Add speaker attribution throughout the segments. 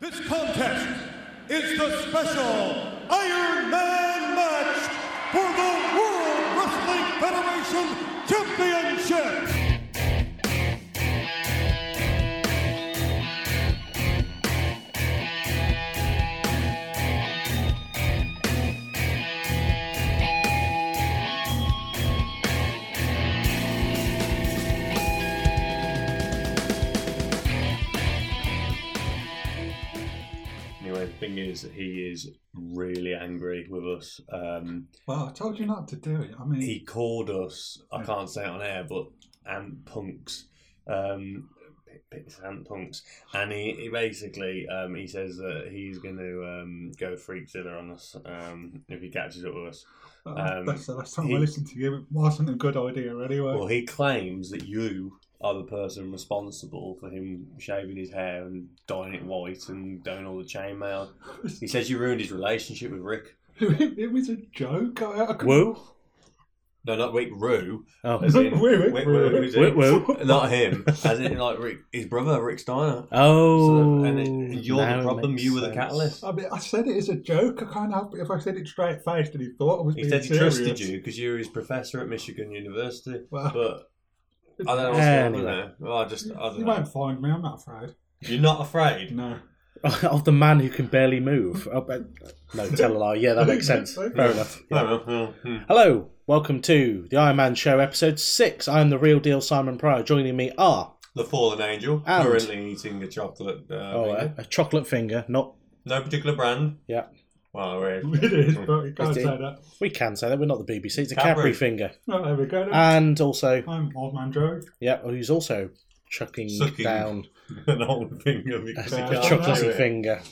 Speaker 1: This contest is the special Iron Man match for the World Wrestling Federation Championship.
Speaker 2: Anyway, the thing is, he is really angry with us. Um,
Speaker 3: Well, I told you not to do it. I mean,
Speaker 2: he called us,
Speaker 3: Hmm.
Speaker 2: I can't say it on air, but ant punks. Um, p- p- it's ant punks. And he, he basically um, he says that he's going to um, go Freakzilla on us um, if he catches up with us.
Speaker 3: uh,
Speaker 2: um,
Speaker 3: that's the last time
Speaker 2: he-
Speaker 3: I listened to you. It wasn't a good idea anyway.
Speaker 2: Well, he claims that you are the person responsible for him shaving his hair and dyeing it white and doing all the chainmail. He says you ruined his relationship with Rick.
Speaker 3: it, it was a joke. I, I couldn't-
Speaker 4: Woo?
Speaker 2: No, not Rick Rue.
Speaker 4: Oh.
Speaker 2: As in,
Speaker 3: Wait, wait,
Speaker 2: Rick
Speaker 3: wait,
Speaker 2: Rue, as in-
Speaker 4: Woo woo.
Speaker 2: Not him. As in, like, Rick, his brother, Rick Steiner.
Speaker 4: Oh.
Speaker 2: So, and it- you're
Speaker 4: now
Speaker 2: the
Speaker 4: it
Speaker 2: problem,
Speaker 4: makes
Speaker 2: you were the
Speaker 4: sense.
Speaker 2: catalyst.
Speaker 3: I mean, I said it as a joke. I can't help it if I said it straight faced and he thought I was
Speaker 2: He
Speaker 3: being
Speaker 2: said he
Speaker 3: serious.
Speaker 2: trusted you because you're his professor at Michigan University.
Speaker 3: Well,
Speaker 2: But I don't know what's
Speaker 4: Anyway.
Speaker 2: going on there. Well, I just, I don't
Speaker 3: you
Speaker 2: know.
Speaker 3: won't find me. I'm not afraid.
Speaker 2: You're not afraid.
Speaker 3: No.
Speaker 4: of the man who can barely move. Oh, but- no, tell a lie. Yeah, that makes sense. Fair enough. Yeah.
Speaker 2: Oh, well, hmm.
Speaker 4: Hello, welcome to the Iron Man Show, episode six. I'm the real deal Simon Pryor. Joining me are
Speaker 2: The fallen angel,
Speaker 4: And-
Speaker 2: currently eating a chocolate. Uh,
Speaker 4: oh,
Speaker 2: finger.
Speaker 4: a, a chocolate finger. Not
Speaker 2: No particular brand.
Speaker 4: Yeah.
Speaker 2: Well, we're
Speaker 3: It is, but you can't
Speaker 4: It's
Speaker 3: say
Speaker 4: in-
Speaker 3: that.
Speaker 4: we can say that we're not the BBC. It's a
Speaker 2: Cadbury.
Speaker 4: Cadbury finger,
Speaker 3: Oh, there we go. then.
Speaker 4: and also
Speaker 3: I'm old man Joe.
Speaker 4: yeah, who's also chucking
Speaker 2: Sucking.
Speaker 4: down
Speaker 2: an old finger because you
Speaker 4: a
Speaker 2: can't do
Speaker 4: chocolatey
Speaker 2: it.
Speaker 4: finger.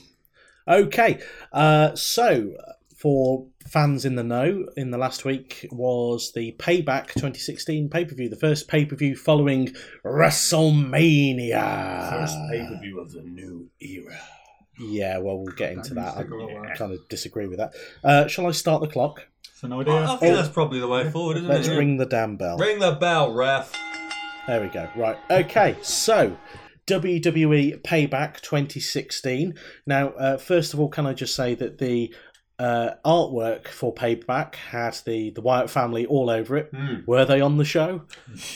Speaker 4: Okay, uh, so for fans in the know, in the last week was the Payback 2016 pay per view, the first pay per view following WrestleMania.
Speaker 2: First pay per view of the new era.
Speaker 4: Yeah, well, we'll get into that. I
Speaker 3: Yeah.
Speaker 4: kind of disagree with that. Uh, shall I start the clock?
Speaker 3: It's an
Speaker 2: I,
Speaker 3: idea.
Speaker 2: I think that's probably the way forward, isn't
Speaker 4: Let's
Speaker 2: it?
Speaker 4: ring the damn bell.
Speaker 2: Ring the bell, ref.
Speaker 4: There we go. Right. Okay. So, WWE Payback 2016. Now, uh, first of all, can I just say that the uh, artwork for Payback had the the Wyatt family all over it.
Speaker 2: Hmm.
Speaker 4: Were they on the show?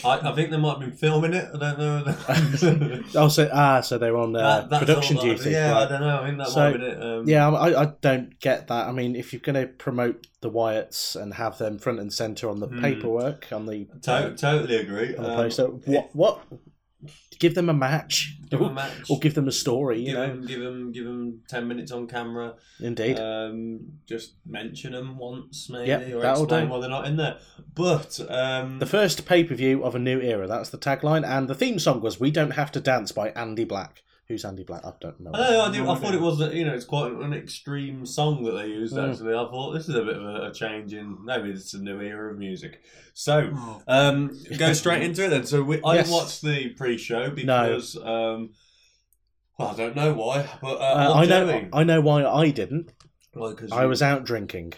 Speaker 2: I, I think they might have been filming it. I don't know.
Speaker 4: Also, ah, so they're on uh,
Speaker 2: That- that's
Speaker 4: production
Speaker 2: all that-
Speaker 4: duty.
Speaker 2: Yeah,
Speaker 4: right.
Speaker 2: I don't know. I think that
Speaker 4: So-
Speaker 2: might have been it. Um,
Speaker 4: Yeah, I, I don't get that. I mean, if you're going to promote the Wyatts and have them front and center on the
Speaker 2: Hmm.
Speaker 4: paperwork on the
Speaker 2: to- totally agree.
Speaker 4: on the
Speaker 2: Um,
Speaker 4: poster, what what? Give them a match,
Speaker 2: Give them a
Speaker 4: or,
Speaker 2: match.
Speaker 4: give them a story. You
Speaker 2: give
Speaker 4: know,
Speaker 2: him, give him, give him ten minutes on camera.
Speaker 4: indeed.
Speaker 2: Um, just mention them once, maybe,
Speaker 4: Yep,
Speaker 2: or
Speaker 4: that'll
Speaker 2: explain
Speaker 4: do.
Speaker 2: why they're not in there. But um,
Speaker 4: the first pay per view of a new era. That's the tagline, and the theme song was "We Don't Have to Dance" by Andy Black. Who's Andy Black? I don't know.
Speaker 2: I don't know. I, did, I thought it was that you know it's quite an extreme song that they used.
Speaker 4: Mm.
Speaker 2: Actually, I thought this is a bit of a, a change in maybe it's a new era of music. So
Speaker 3: Oh,
Speaker 2: um, go straight into it then. So we, I
Speaker 4: Yes.
Speaker 2: watched the pre-show because um, well, I don't know why, but uh,
Speaker 4: Uh, I
Speaker 2: what
Speaker 4: know.
Speaker 2: doing?
Speaker 4: I know why I didn't.
Speaker 2: Well, 'cause
Speaker 4: I
Speaker 2: you-
Speaker 4: was out drinking,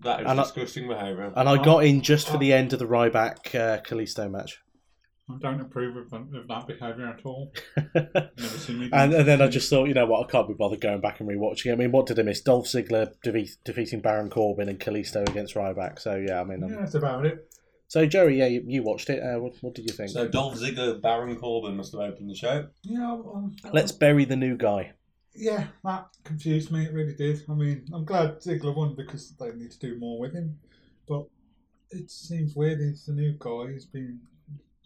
Speaker 2: that is
Speaker 4: and I- Uh,
Speaker 2: disgusting behaviour.
Speaker 4: and I got in just for the end of the Ryback uh, Kalisto match.
Speaker 3: Oh, I don't approve of, of that behaviour at all. Never seen me.
Speaker 4: And, and then I just thought, you know what, I can't be bothered going back and rewatching it. I mean, what did I miss? Dolph Ziggler defeat, defeating Baron Corbin and Kalisto against Ryback. So yeah, I mean, um,
Speaker 3: Yeah, that's about it.
Speaker 4: so Joey, yeah, you, you watched it. Uh, what, what did you think?
Speaker 2: so Dolph Ziggler, Baron Corbin must have opened the show.
Speaker 3: Yeah, um,
Speaker 4: Let's bury the new guy.
Speaker 3: Yeah, that confused me. It really did. I mean, I'm glad Ziggler won because they need to do more with him. But it seems weird. He's the new guy. He's been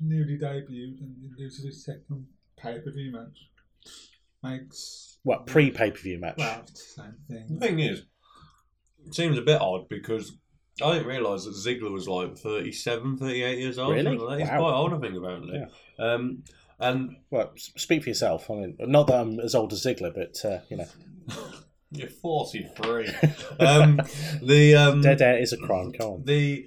Speaker 3: newly debuted and he loses his second pay per view match. Makes
Speaker 4: What pre pay per view match?
Speaker 3: well, it's the same thing.
Speaker 2: The thing is, it seems a bit odd because I didn't realise that Ziggler was like 37, 38 years old.
Speaker 4: Really?
Speaker 2: something like that. He's
Speaker 4: Wow.
Speaker 2: quite old, I think, apparently. Um, and
Speaker 4: Well, s- speak for yourself. I mean, not that I'm as old as Ziggler, but uh, you know,
Speaker 2: you're 43. um, the, um,
Speaker 4: dead air is a crime. Come on.
Speaker 2: the,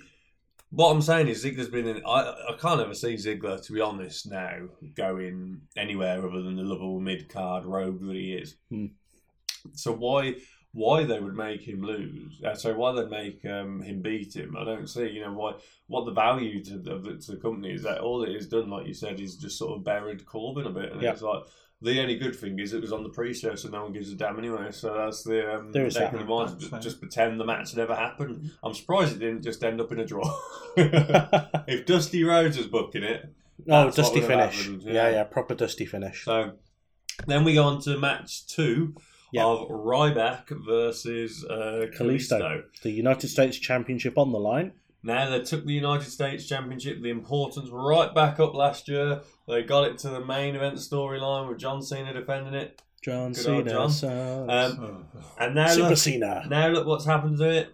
Speaker 2: what I'm saying is Ziggler's been in. I, I can't ever see Ziggler, to be honest, now going anywhere other than the lovable mid card rogue that he is.
Speaker 4: Hmm.
Speaker 2: So why why they would make him lose? Uh, so why they make um, him beat him? I don't see. You know why what the value to the, to the company is that all it is done, like you said, is just sort of buried Corbin a bit, and
Speaker 4: Yeah.
Speaker 2: it's like The only good thing is it was on the pre-show, so no one gives a damn anyway. So that's the um,
Speaker 4: There is
Speaker 2: taking
Speaker 4: that.
Speaker 2: the mind to
Speaker 3: That's fair.
Speaker 2: just pretend the match never happened.
Speaker 4: Mm-hmm.
Speaker 2: I'm surprised it didn't just end up in a draw.
Speaker 4: oh,
Speaker 2: if Dusty Rhodes was booking it, That's what
Speaker 4: dusty
Speaker 2: would have
Speaker 4: finish.
Speaker 2: happened,
Speaker 4: yeah. yeah,
Speaker 2: yeah.
Speaker 4: proper dusty finish.
Speaker 2: so then we go on to match two
Speaker 4: Yeah.
Speaker 2: of Ryback versus uh,
Speaker 4: Kalisto.
Speaker 2: Kalisto.
Speaker 4: The United States Championship on the line.
Speaker 2: Now they took the United States Championship, the importance right back up last year. They got it to the main event storyline with John Cena defending it,
Speaker 4: John
Speaker 2: Good old
Speaker 4: Cena.
Speaker 2: John.
Speaker 4: sucks.
Speaker 2: Um, and now
Speaker 4: Super
Speaker 2: look,
Speaker 4: Cena.
Speaker 2: now look what's happened to it.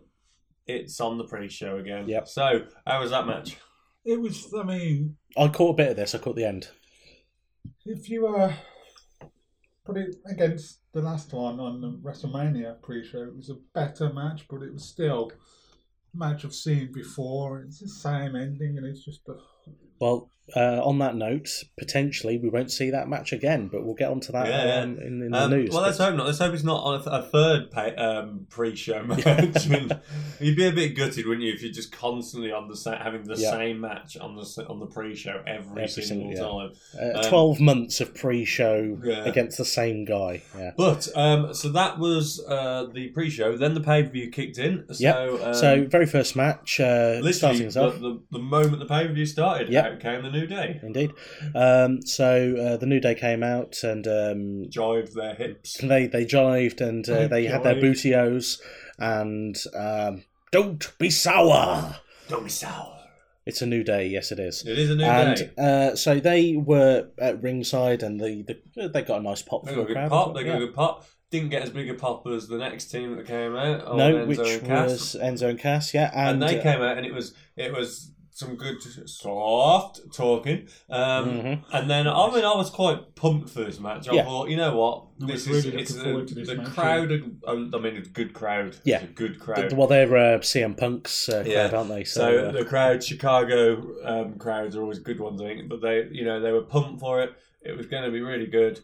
Speaker 2: It's on the pre-show again.
Speaker 4: Yep.
Speaker 2: So how was that match?
Speaker 3: It was, I mean,
Speaker 4: I caught a bit of this. I caught the end.
Speaker 3: if you uh, put it against the last one on the WrestleMania pre-show, it was a better match, but it was still a match I've seen before. It's the same ending, and it's just a,
Speaker 4: Well, uh, on that note, potentially we won't see that match again, but we'll get onto that
Speaker 2: Yeah, yeah.
Speaker 4: um, in, in the
Speaker 2: Um,
Speaker 4: news.
Speaker 2: well, let's
Speaker 4: But-
Speaker 2: hope not. Let's hope it's not on a, th- a third pay, um, pre-show match. And You'd be a bit gutted, wouldn't you, if you're just constantly on the sa- having the
Speaker 4: Yeah.
Speaker 2: same match on the s- on the pre-show every,
Speaker 4: Every
Speaker 2: single
Speaker 4: single- yeah.
Speaker 2: time.
Speaker 4: uh,
Speaker 2: um,
Speaker 4: Twelve months of pre-show
Speaker 2: Yeah.
Speaker 4: against the same guy. Yeah.
Speaker 2: But um, so that was uh, the pre-show. Then the pay-per-view kicked in. So, um,
Speaker 4: so very first match, uh,
Speaker 2: literally
Speaker 4: starting us
Speaker 2: the,
Speaker 4: off.
Speaker 2: the, the moment the pay-per-view started,
Speaker 4: Yep.
Speaker 2: out came the new day.
Speaker 4: Indeed. Um, so uh, the new day came out and um,
Speaker 2: Jive their hips.
Speaker 4: they they jived and
Speaker 3: They
Speaker 4: uh, they had their bootios and um, don't be sour.
Speaker 2: Don't be sour.
Speaker 4: It's a new day. Yes, it is.
Speaker 2: It is a new day.
Speaker 4: and uh, so they were at ringside, and the, the they got a nice pop
Speaker 2: They
Speaker 4: from
Speaker 2: got a
Speaker 4: the
Speaker 2: good
Speaker 4: crowd.
Speaker 2: pop. They got
Speaker 4: Yeah.
Speaker 2: a good pop. Didn't get as big a pop as the next team that came out. on
Speaker 4: no,
Speaker 2: Enzo
Speaker 4: which
Speaker 2: and Cass.
Speaker 4: was Enzo and Cass. Yeah, and,
Speaker 2: and, they
Speaker 4: uh,
Speaker 2: came out, and it was it was some good soft talking. Um,
Speaker 4: Mhm.
Speaker 2: And then I mean, I was quite pumped for this match. I
Speaker 4: Yeah.
Speaker 2: thought, you know what,
Speaker 3: I
Speaker 2: this
Speaker 3: was
Speaker 2: is
Speaker 3: really
Speaker 2: it's
Speaker 3: looking forward to
Speaker 2: the,
Speaker 3: this
Speaker 2: the
Speaker 3: match,
Speaker 2: crowd. had- Um, I mean, a good crowd. It's
Speaker 4: Yeah.
Speaker 2: a good
Speaker 4: th-
Speaker 2: crowd.
Speaker 4: well, they're uh, CM Punk's uh, crowd,
Speaker 2: Yeah.
Speaker 4: aren't they? So,
Speaker 2: so
Speaker 4: uh,
Speaker 2: the crowd, Chicago um, crowds are always good ones, I think. But they, you know, they were pumped for it. It was going to be really good.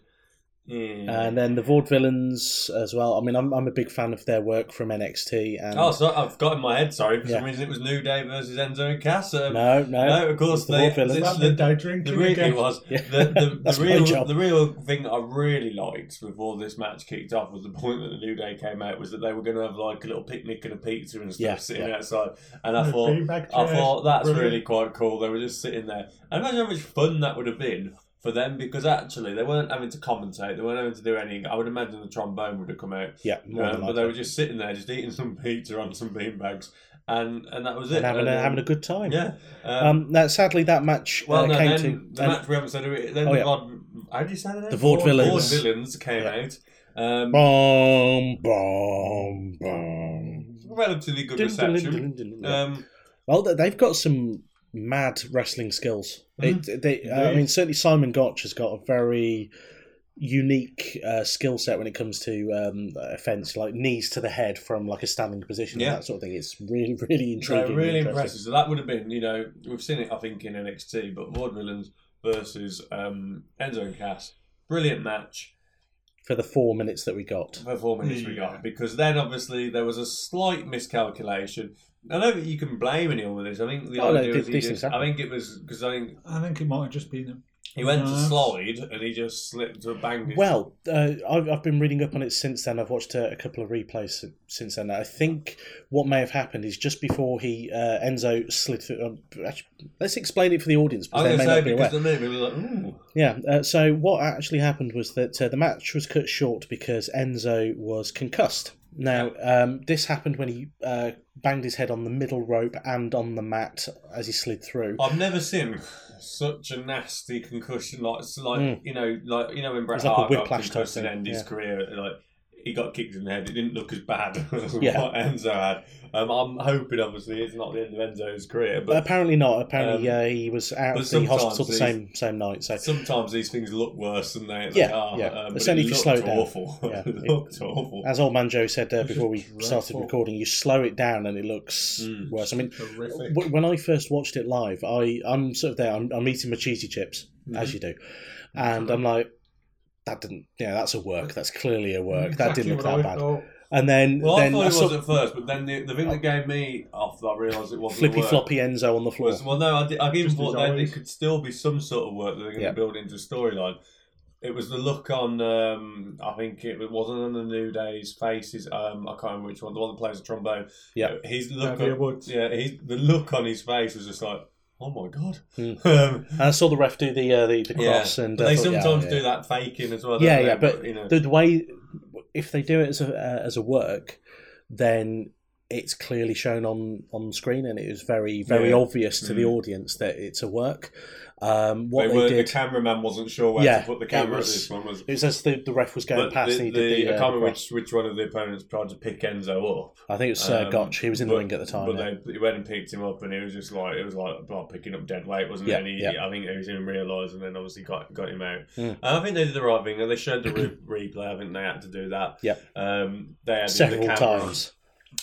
Speaker 2: Yeah.
Speaker 4: and then the vaudevillains as well. I mean, I'm, I'm a big fan of their work from NXT. And
Speaker 2: oh, so I've got in my head. Sorry, for some
Speaker 4: Yeah.
Speaker 2: reason it was New Day versus Enzo and Cass. Um,
Speaker 4: no, no,
Speaker 2: no, of course
Speaker 4: it's the
Speaker 2: they-
Speaker 4: vaudevillains.
Speaker 2: It's
Speaker 3: that
Speaker 2: the-
Speaker 3: midday drinking
Speaker 2: The real
Speaker 3: again.
Speaker 2: it was
Speaker 4: Yeah.
Speaker 2: the, the,
Speaker 4: That's
Speaker 2: the
Speaker 4: my
Speaker 2: real
Speaker 4: job.
Speaker 2: the real thing I really liked before this match kicked off was the point that the new day came out was that they were going to have like a little picnic and a pizza and stuff
Speaker 4: Yeah,
Speaker 2: sitting
Speaker 4: yeah.
Speaker 2: outside, and
Speaker 3: The
Speaker 2: I thought
Speaker 3: beanbag
Speaker 2: I
Speaker 3: chairs,
Speaker 2: thought that's
Speaker 3: brilliant.
Speaker 2: really quite cool. They were just sitting there. And imagine how much fun that would have been for them because actually they weren't having to commentate, they weren't having to do anything. I would imagine the trombone would have come out,
Speaker 4: yeah, more
Speaker 2: um,
Speaker 4: than
Speaker 2: but they
Speaker 4: likely.
Speaker 2: were just sitting there, just eating some pizza on some beanbags, and and that was it.
Speaker 4: And having,
Speaker 2: And,
Speaker 4: a,
Speaker 2: um,
Speaker 4: having a good time.
Speaker 2: yeah. Um,
Speaker 4: Um, now, sadly, that match
Speaker 2: well,
Speaker 4: uh,
Speaker 2: no,
Speaker 4: came
Speaker 2: then
Speaker 4: to
Speaker 2: the
Speaker 4: and-
Speaker 2: match we haven't said. it- Then
Speaker 4: Oh,
Speaker 2: the
Speaker 4: yeah.
Speaker 2: God, how do you say the name?
Speaker 4: The Vaudevillains.
Speaker 2: Vaudevillains came
Speaker 4: Yeah.
Speaker 2: out. Um,
Speaker 4: Bum, bum, bum.
Speaker 2: relatively good
Speaker 4: Dun, dun, dun,
Speaker 2: reception.
Speaker 4: dun, dun, dun.
Speaker 2: Um,
Speaker 4: Well, they- they've got some mad wrestling skills.
Speaker 2: Mm-hmm.
Speaker 4: It, they, uh, I
Speaker 3: Indeed.
Speaker 4: mean, certainly Simon Gotch has got a very unique uh, skill set when it comes to um, offense, like knees to the head from like a standing position,
Speaker 2: Yeah.
Speaker 4: and that sort of thing. It's really, really
Speaker 2: so
Speaker 4: intriguing. and
Speaker 2: really
Speaker 4: interesting.
Speaker 2: impressive. So that would have been, you know, we've seen it, I think, in NXT, but Vaudevillains versus um, Enzo and Cass. Brilliant match
Speaker 4: for the four minutes that we got.
Speaker 2: for four minutes we
Speaker 3: Yeah.
Speaker 2: got because then obviously there was a slight miscalculation. I know that you can blame anyone with this. I think the
Speaker 4: Oh, no,
Speaker 2: idea
Speaker 4: these-
Speaker 2: is he
Speaker 4: these
Speaker 2: just-
Speaker 4: things happen.
Speaker 2: I think it was because I think
Speaker 3: I think it might have just been a
Speaker 2: he went to
Speaker 3: No.
Speaker 2: slide and he just slipped to a bang. his
Speaker 4: Well, uh, I've, I've been reading up on it since then. I've watched a, a couple of replays si- since then. I think what may have happened is just before he uh, Enzo slid through. Um, actually, let's explain it for the audience because
Speaker 2: I'm
Speaker 4: they
Speaker 2: going to
Speaker 4: may
Speaker 2: say
Speaker 4: not be
Speaker 2: because
Speaker 4: aware.
Speaker 2: the minute we were like, ooh.
Speaker 4: Yeah. Uh, so what actually happened was that uh, the match was cut short because Enzo was concussed. Now, um, this happened when he uh, banged his head on the middle rope and on the mat as he slid through.
Speaker 2: I've never seen such a nasty concussion. Like, it's like
Speaker 4: Mm.
Speaker 2: you know, like you know when Bret
Speaker 4: It's like a
Speaker 2: Hart got
Speaker 4: whiplash type
Speaker 2: concussed and
Speaker 4: thing,
Speaker 2: ended his
Speaker 4: yeah.
Speaker 2: career, like he got kicked in the head. It didn't look as bad as
Speaker 4: Yeah.
Speaker 2: what Enzo had. Um, I'm hoping, obviously, it's not the end of Enzo's career,
Speaker 4: But
Speaker 2: but
Speaker 4: apparently not. Apparently,
Speaker 2: um,
Speaker 4: uh, he was out
Speaker 2: but
Speaker 4: of the hospital
Speaker 2: sometimes
Speaker 4: the
Speaker 2: these-
Speaker 4: same same night. So
Speaker 2: sometimes these things look worse than they, they
Speaker 4: Yeah,
Speaker 2: are.
Speaker 4: yeah.
Speaker 2: Um,
Speaker 4: It's
Speaker 2: but
Speaker 4: only
Speaker 2: it
Speaker 4: if you
Speaker 2: looked
Speaker 4: slow it down.
Speaker 2: awful.
Speaker 4: Yeah.
Speaker 2: it looked awful.
Speaker 4: As old man Joe said uh,
Speaker 3: It's
Speaker 4: before we
Speaker 3: just dreadful.
Speaker 4: started recording, you slow it down and it looks
Speaker 2: Mm.
Speaker 4: worse. I mean,
Speaker 3: horrific.
Speaker 4: w- when I first watched it live, I I'm sort of there. I'm, I'm eating my cheesy chips as
Speaker 2: Mm-hmm.
Speaker 4: you do, and I'm like, that didn't. Yeah, that's a work. That's clearly a work. that
Speaker 3: Exactly
Speaker 4: didn't look
Speaker 3: what
Speaker 4: that
Speaker 3: I
Speaker 4: bad.
Speaker 3: thought.
Speaker 4: And then
Speaker 2: Well, I
Speaker 4: then
Speaker 2: thought it
Speaker 4: I
Speaker 2: was
Speaker 4: saw
Speaker 2: at first, but then the, the thing that gave me off that I realised it wasn't
Speaker 4: flippy
Speaker 2: work.
Speaker 4: floppy Enzo on the floor.
Speaker 2: Was- well, no, I, did, I even
Speaker 3: Just
Speaker 2: thought
Speaker 3: as
Speaker 2: that it
Speaker 3: always.
Speaker 2: could still be some sort of work that they're going
Speaker 4: Yeah.
Speaker 2: to build into a storyline. It was the look on. Um, I think it wasn't on the New Day's faces. Um, I can't remember which one. The one that plays the trombone.
Speaker 4: Yeah.
Speaker 2: his look.
Speaker 3: Xavier
Speaker 2: On,
Speaker 3: Woods.
Speaker 2: yeah, his, the look on his face was just like, oh my god.
Speaker 4: Mm.
Speaker 2: Um,
Speaker 4: And I saw the ref do the uh, the, the cross, and
Speaker 2: but
Speaker 4: I
Speaker 2: they
Speaker 4: thought, yeah,
Speaker 2: sometimes
Speaker 4: yeah.
Speaker 2: do that faking as well.
Speaker 4: Yeah,
Speaker 2: don't they?
Speaker 4: yeah, but
Speaker 2: you know,
Speaker 4: the, the way if they do it as a uh, as a work, then it's clearly shown on on screen, and it was very very
Speaker 2: Yeah.
Speaker 4: obvious to the
Speaker 2: Mm.
Speaker 4: audience that it's a work. Um, what
Speaker 2: they
Speaker 4: they
Speaker 2: weren't-
Speaker 4: did,
Speaker 2: the cameraman wasn't sure where
Speaker 4: Yeah,
Speaker 2: to put the
Speaker 4: it
Speaker 2: camera.
Speaker 4: was-
Speaker 2: at this one was.
Speaker 4: it was as the, the ref was going
Speaker 2: but
Speaker 4: past.
Speaker 2: the,
Speaker 4: and he did the,
Speaker 2: the- I
Speaker 4: uh,
Speaker 2: can't remember
Speaker 4: cross.
Speaker 2: which, which one of the opponents tried to pick Enzo up.
Speaker 4: I think it was uh,
Speaker 2: Um,
Speaker 4: Gotch. He was in the
Speaker 2: but-
Speaker 4: ring at the time.
Speaker 2: But
Speaker 4: yeah.
Speaker 2: they he went and picked him up, and he was just like it was like blood picking up dead weight, wasn't
Speaker 4: Yeah,
Speaker 2: it? And he,
Speaker 4: yeah.
Speaker 2: I think he was in realise, and then obviously got got him out.
Speaker 4: Mm.
Speaker 2: And I think they did the right thing, and they showed the re- replay. I think they had to do that.
Speaker 4: Yeah.
Speaker 2: um, they had
Speaker 4: Several
Speaker 2: the camera,
Speaker 4: times.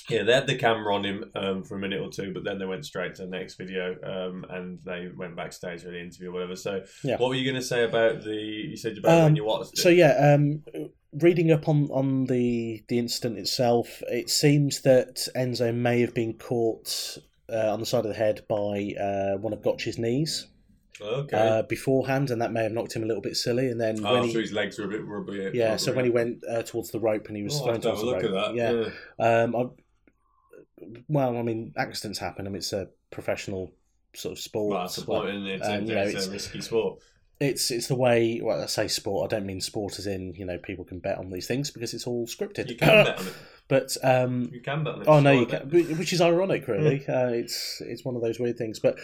Speaker 2: Yeah, they had the camera on him um, for a minute or two, but then they went straight to the next video, um, and they went backstage for the interview or whatever. So,
Speaker 4: Yeah.
Speaker 2: what were you going to say about the? You said about
Speaker 4: Um,
Speaker 2: when you watched it.
Speaker 4: So yeah, um, reading up on on the the incident itself, it seems that Enzo may have been caught uh, on the side of the head by uh, one of Gotch's knees
Speaker 2: okay.
Speaker 4: uh, beforehand, and that may have knocked him a little bit silly. And then
Speaker 2: oh,
Speaker 4: when
Speaker 2: so
Speaker 4: he,
Speaker 2: his legs were a bit rubbery.
Speaker 4: yeah, so when he went uh, towards the rope and he was
Speaker 2: oh, I'll
Speaker 4: thrown
Speaker 2: have to have
Speaker 4: towards
Speaker 2: a
Speaker 4: the
Speaker 2: look
Speaker 4: rope,
Speaker 2: at that.
Speaker 4: yeah. Um, I, well, I mean, accidents happen. I mean, it's a professional sort of sport.
Speaker 2: Well, that's the point, isn't it? It's,
Speaker 4: um,
Speaker 2: it's,
Speaker 4: you know,
Speaker 2: a
Speaker 4: it's-
Speaker 2: risky sport.
Speaker 4: It's it's the way. Well, I say sport. I don't mean sport as in you know people can bet on these things because it's all scripted.
Speaker 2: You can bet on it.
Speaker 4: But um,
Speaker 2: You can bet on it.
Speaker 4: oh no, you
Speaker 2: Just like
Speaker 4: can,
Speaker 2: that.
Speaker 4: whi- which is ironic, really. uh, it's it's one of those weird things. But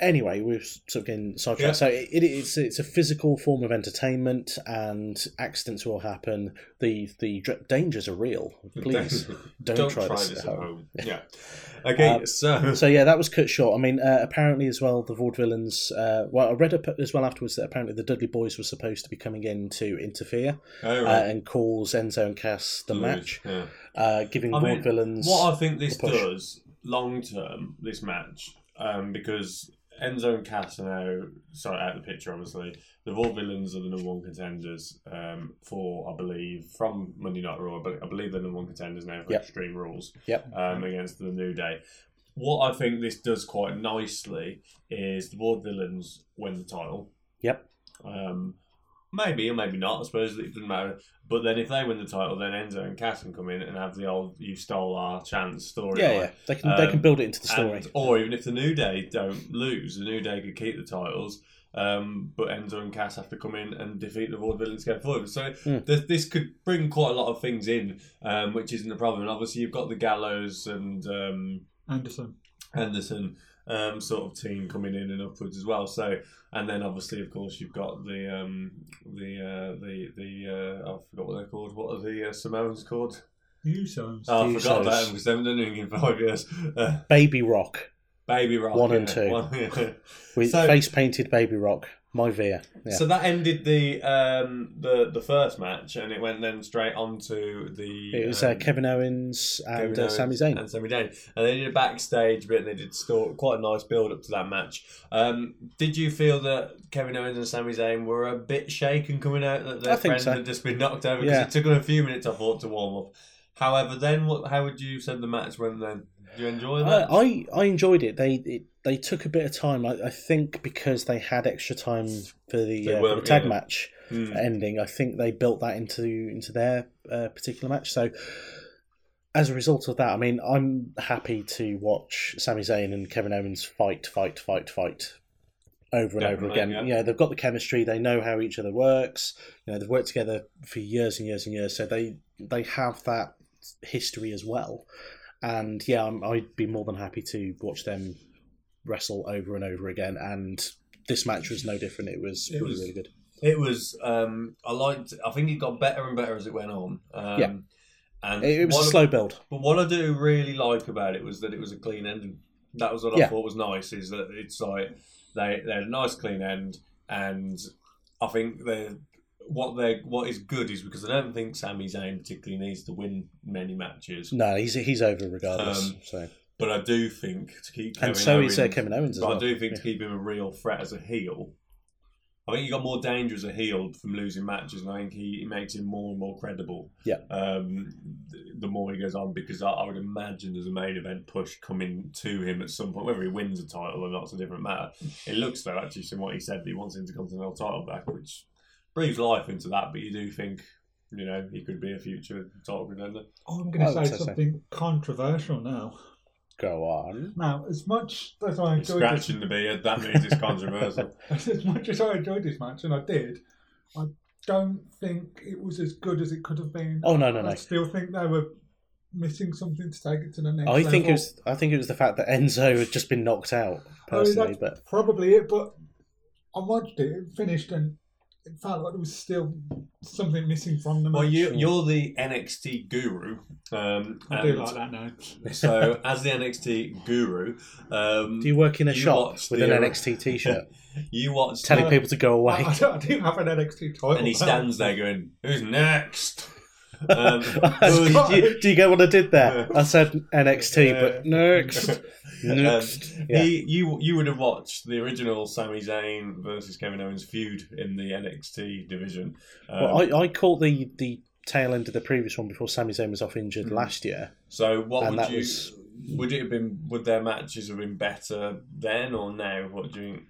Speaker 4: anyway, we're sort of getting sidetracked.
Speaker 2: Yeah.
Speaker 4: So it, it's it's a physical form of entertainment, and accidents will happen. The the dr- dangers are real. Please don't, try, this, at home.
Speaker 2: Yeah. Okay,
Speaker 4: Um,
Speaker 2: so.
Speaker 4: So yeah, that was cut short. I mean, uh, apparently as well, the vaudevillains. Uh, well, I read up as well afterwards that apparently the Dudley Boys were supposed to be coming in to interfere
Speaker 2: Oh,
Speaker 4: uh,
Speaker 2: right.
Speaker 4: and cause Enzo and Cass the
Speaker 2: Lose,
Speaker 4: match,
Speaker 2: yeah.
Speaker 4: uh, giving
Speaker 2: I mean,
Speaker 4: vaudevillains.
Speaker 2: What I think this
Speaker 4: push.
Speaker 2: does long term, this match, um, because Enzo and Cass are now sorry out of the picture. Obviously, the Vaudevillains are the number one contenders um, for, I believe, from Monday Night Raw. But I believe they're number one contenders now for
Speaker 4: Yep.
Speaker 2: Extreme Rules.
Speaker 4: Yep.
Speaker 2: Um, against the New Day. What I think this does quite nicely is the Vaudevillains win the title.
Speaker 4: Yep.
Speaker 2: Um, maybe or maybe not. I suppose it doesn't matter. But then if they win the title, then Enzo and Cass can come in and have the old "you stole our chance" story.
Speaker 4: yeah, yeah, they can they
Speaker 2: Um,
Speaker 4: can build it into the story.
Speaker 2: And, or even if the New Day don't lose, the New Day could keep the titles. Um, but Enzo and Cass have to come in and defeat the Vaudevillains going forward. So
Speaker 4: Mm.
Speaker 2: th- this could bring quite a lot of things in, um, which isn't a problem. And obviously, you've got the Gallows and um,
Speaker 3: Anderson.
Speaker 2: Henderson um, sort of team coming in and upwards as well. So, and then obviously, of course, you've got the um, the uh, the the uh, I forgot what they're called. What are the uh, Samoans called?
Speaker 3: You sounds.
Speaker 2: Oh, I
Speaker 4: The
Speaker 2: forgot
Speaker 4: Usos.
Speaker 2: about them because they haven't done anything in five years. Uh,
Speaker 4: Baby Rock
Speaker 2: Baby Rock,
Speaker 4: One and
Speaker 2: yeah.
Speaker 4: two.
Speaker 2: One-
Speaker 4: with
Speaker 2: So-
Speaker 4: face painted Baby Rock. My veer. Yeah.
Speaker 2: So that ended the um, the the first match, and it went then straight on to the.
Speaker 4: it was
Speaker 2: um,
Speaker 4: uh, Kevin Owens and
Speaker 2: Kevin
Speaker 4: uh, Sami
Speaker 2: Owens
Speaker 4: Zayn.
Speaker 2: And Sami Zayn. And they did a backstage bit and they did store, quite a nice build up to that match. Um, did you feel that Kevin Owens and Sami Zayn were a bit shaken coming out that their
Speaker 4: I think
Speaker 2: friend
Speaker 4: so.
Speaker 2: had just been knocked over? Because
Speaker 4: Yeah.
Speaker 2: it took them a few minutes, I thought, to warm up. However, then, what? how would you said the match went then? Did you enjoy that?
Speaker 4: Uh, I I enjoyed it. They it, they took a bit of time. I, I think because they had extra time for the,
Speaker 2: They
Speaker 4: uh,
Speaker 2: were,
Speaker 4: for the tag
Speaker 2: yeah.
Speaker 4: match
Speaker 2: Hmm.
Speaker 4: ending. I think they built that into into their uh, particular match. So as a result of that, I mean, I'm happy to watch Sami Zayn and Kevin Owens fight, fight, fight, fight. Over and over
Speaker 2: Definitely,
Speaker 4: again.
Speaker 2: yeah.
Speaker 4: Yeah. they've got the chemistry. They know how each other works. You know, they've worked together for years and years and years, so they they have that history as well and yeah, I'm, I'd be more than happy to watch them wrestle over and over again. And this match was no different. It was
Speaker 2: It
Speaker 4: really,
Speaker 2: was-
Speaker 4: really good.
Speaker 2: It was. Um, I liked. I think it got better and better as it went on. Um,
Speaker 4: Yeah.
Speaker 2: And
Speaker 4: It, it was a
Speaker 2: one of-
Speaker 4: slow build.
Speaker 2: But what I do really like about it was that it was a clean ending. That was what I
Speaker 4: Yeah.
Speaker 2: thought was nice. Is that it's like they they had a nice clean end, and I think they what they what is good is because I don't think Sami Zayn particularly needs to win many matches,
Speaker 4: No, he's he's over regardless.
Speaker 2: Um,
Speaker 4: so
Speaker 2: but I do think to keep Kevin
Speaker 4: and so
Speaker 2: Owens,
Speaker 4: is uh, Kevin Owens as
Speaker 2: but
Speaker 4: well.
Speaker 2: I do think to keep him a real threat as a heel. I think he got more danger as a heel from losing matches, and I think he, he makes him more and more credible.
Speaker 4: Yeah.
Speaker 2: Um, th- the more he goes on, because I, I would imagine there's a main event push coming to him at some point, whether he wins a title or not's a different matter. It looks though, actually, from what he said, that he wants him to come to the title back, which breathes life into that, but you do think, you know, he could be a future title contender.
Speaker 3: Oh, I'm going
Speaker 4: I
Speaker 3: to
Speaker 4: would
Speaker 3: say
Speaker 4: say so.
Speaker 3: something controversial now.
Speaker 4: Go on.
Speaker 3: Now, as much as I
Speaker 2: He's
Speaker 3: enjoyed this,
Speaker 2: scratching the beard, that means it's controversial.
Speaker 3: as much as I enjoyed this match, and I did, I don't think it was as good as it could have been.
Speaker 4: Oh no, no,
Speaker 3: I
Speaker 4: no.
Speaker 3: still think they were missing something to take it to the next.
Speaker 4: Oh, I think it
Speaker 3: level.
Speaker 4: was. I think it was the fact that Enzo had just been knocked
Speaker 3: I
Speaker 4: out
Speaker 3: mean,
Speaker 4: personally,
Speaker 3: that's
Speaker 4: but
Speaker 3: probably it. But I watched it, it finished, and it felt like there was still something missing from the match.
Speaker 2: Well, you, you're the NXT guru. Um,
Speaker 3: I do
Speaker 2: and
Speaker 3: like that now.
Speaker 2: So, as the NXT guru, um,
Speaker 4: do you work in a
Speaker 2: You
Speaker 4: shop
Speaker 2: watched
Speaker 4: with
Speaker 2: the uh,
Speaker 4: an
Speaker 2: era.
Speaker 4: NXT T-shirt,
Speaker 2: you watch
Speaker 4: telling
Speaker 3: Uh,
Speaker 4: people to go
Speaker 3: I,
Speaker 4: away?
Speaker 3: I do, I do have an NXT title.
Speaker 2: and he
Speaker 3: now.
Speaker 2: stands there going, "Who's next?" Um,
Speaker 4: do,
Speaker 2: who's-
Speaker 4: you, do you get what I did there? I said NXT,
Speaker 2: Yeah.
Speaker 4: but next, next.
Speaker 2: Um,
Speaker 4: Yeah.
Speaker 2: he- you you would have watched the original Sami Zayn versus Kevin Owens feud in the NXT division. Um,
Speaker 4: well, I, I caught the the tail end of the previous one before Sami Zayn was off injured
Speaker 2: Mm.
Speaker 4: last year.
Speaker 2: so what
Speaker 4: and
Speaker 2: would
Speaker 4: that
Speaker 2: you
Speaker 4: was-
Speaker 2: would it have been? Would their matches have been better then or now? What do you think?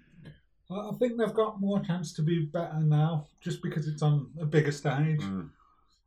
Speaker 3: I I think they've got more chance to be better now, just because it's on a bigger stage.
Speaker 4: Mm.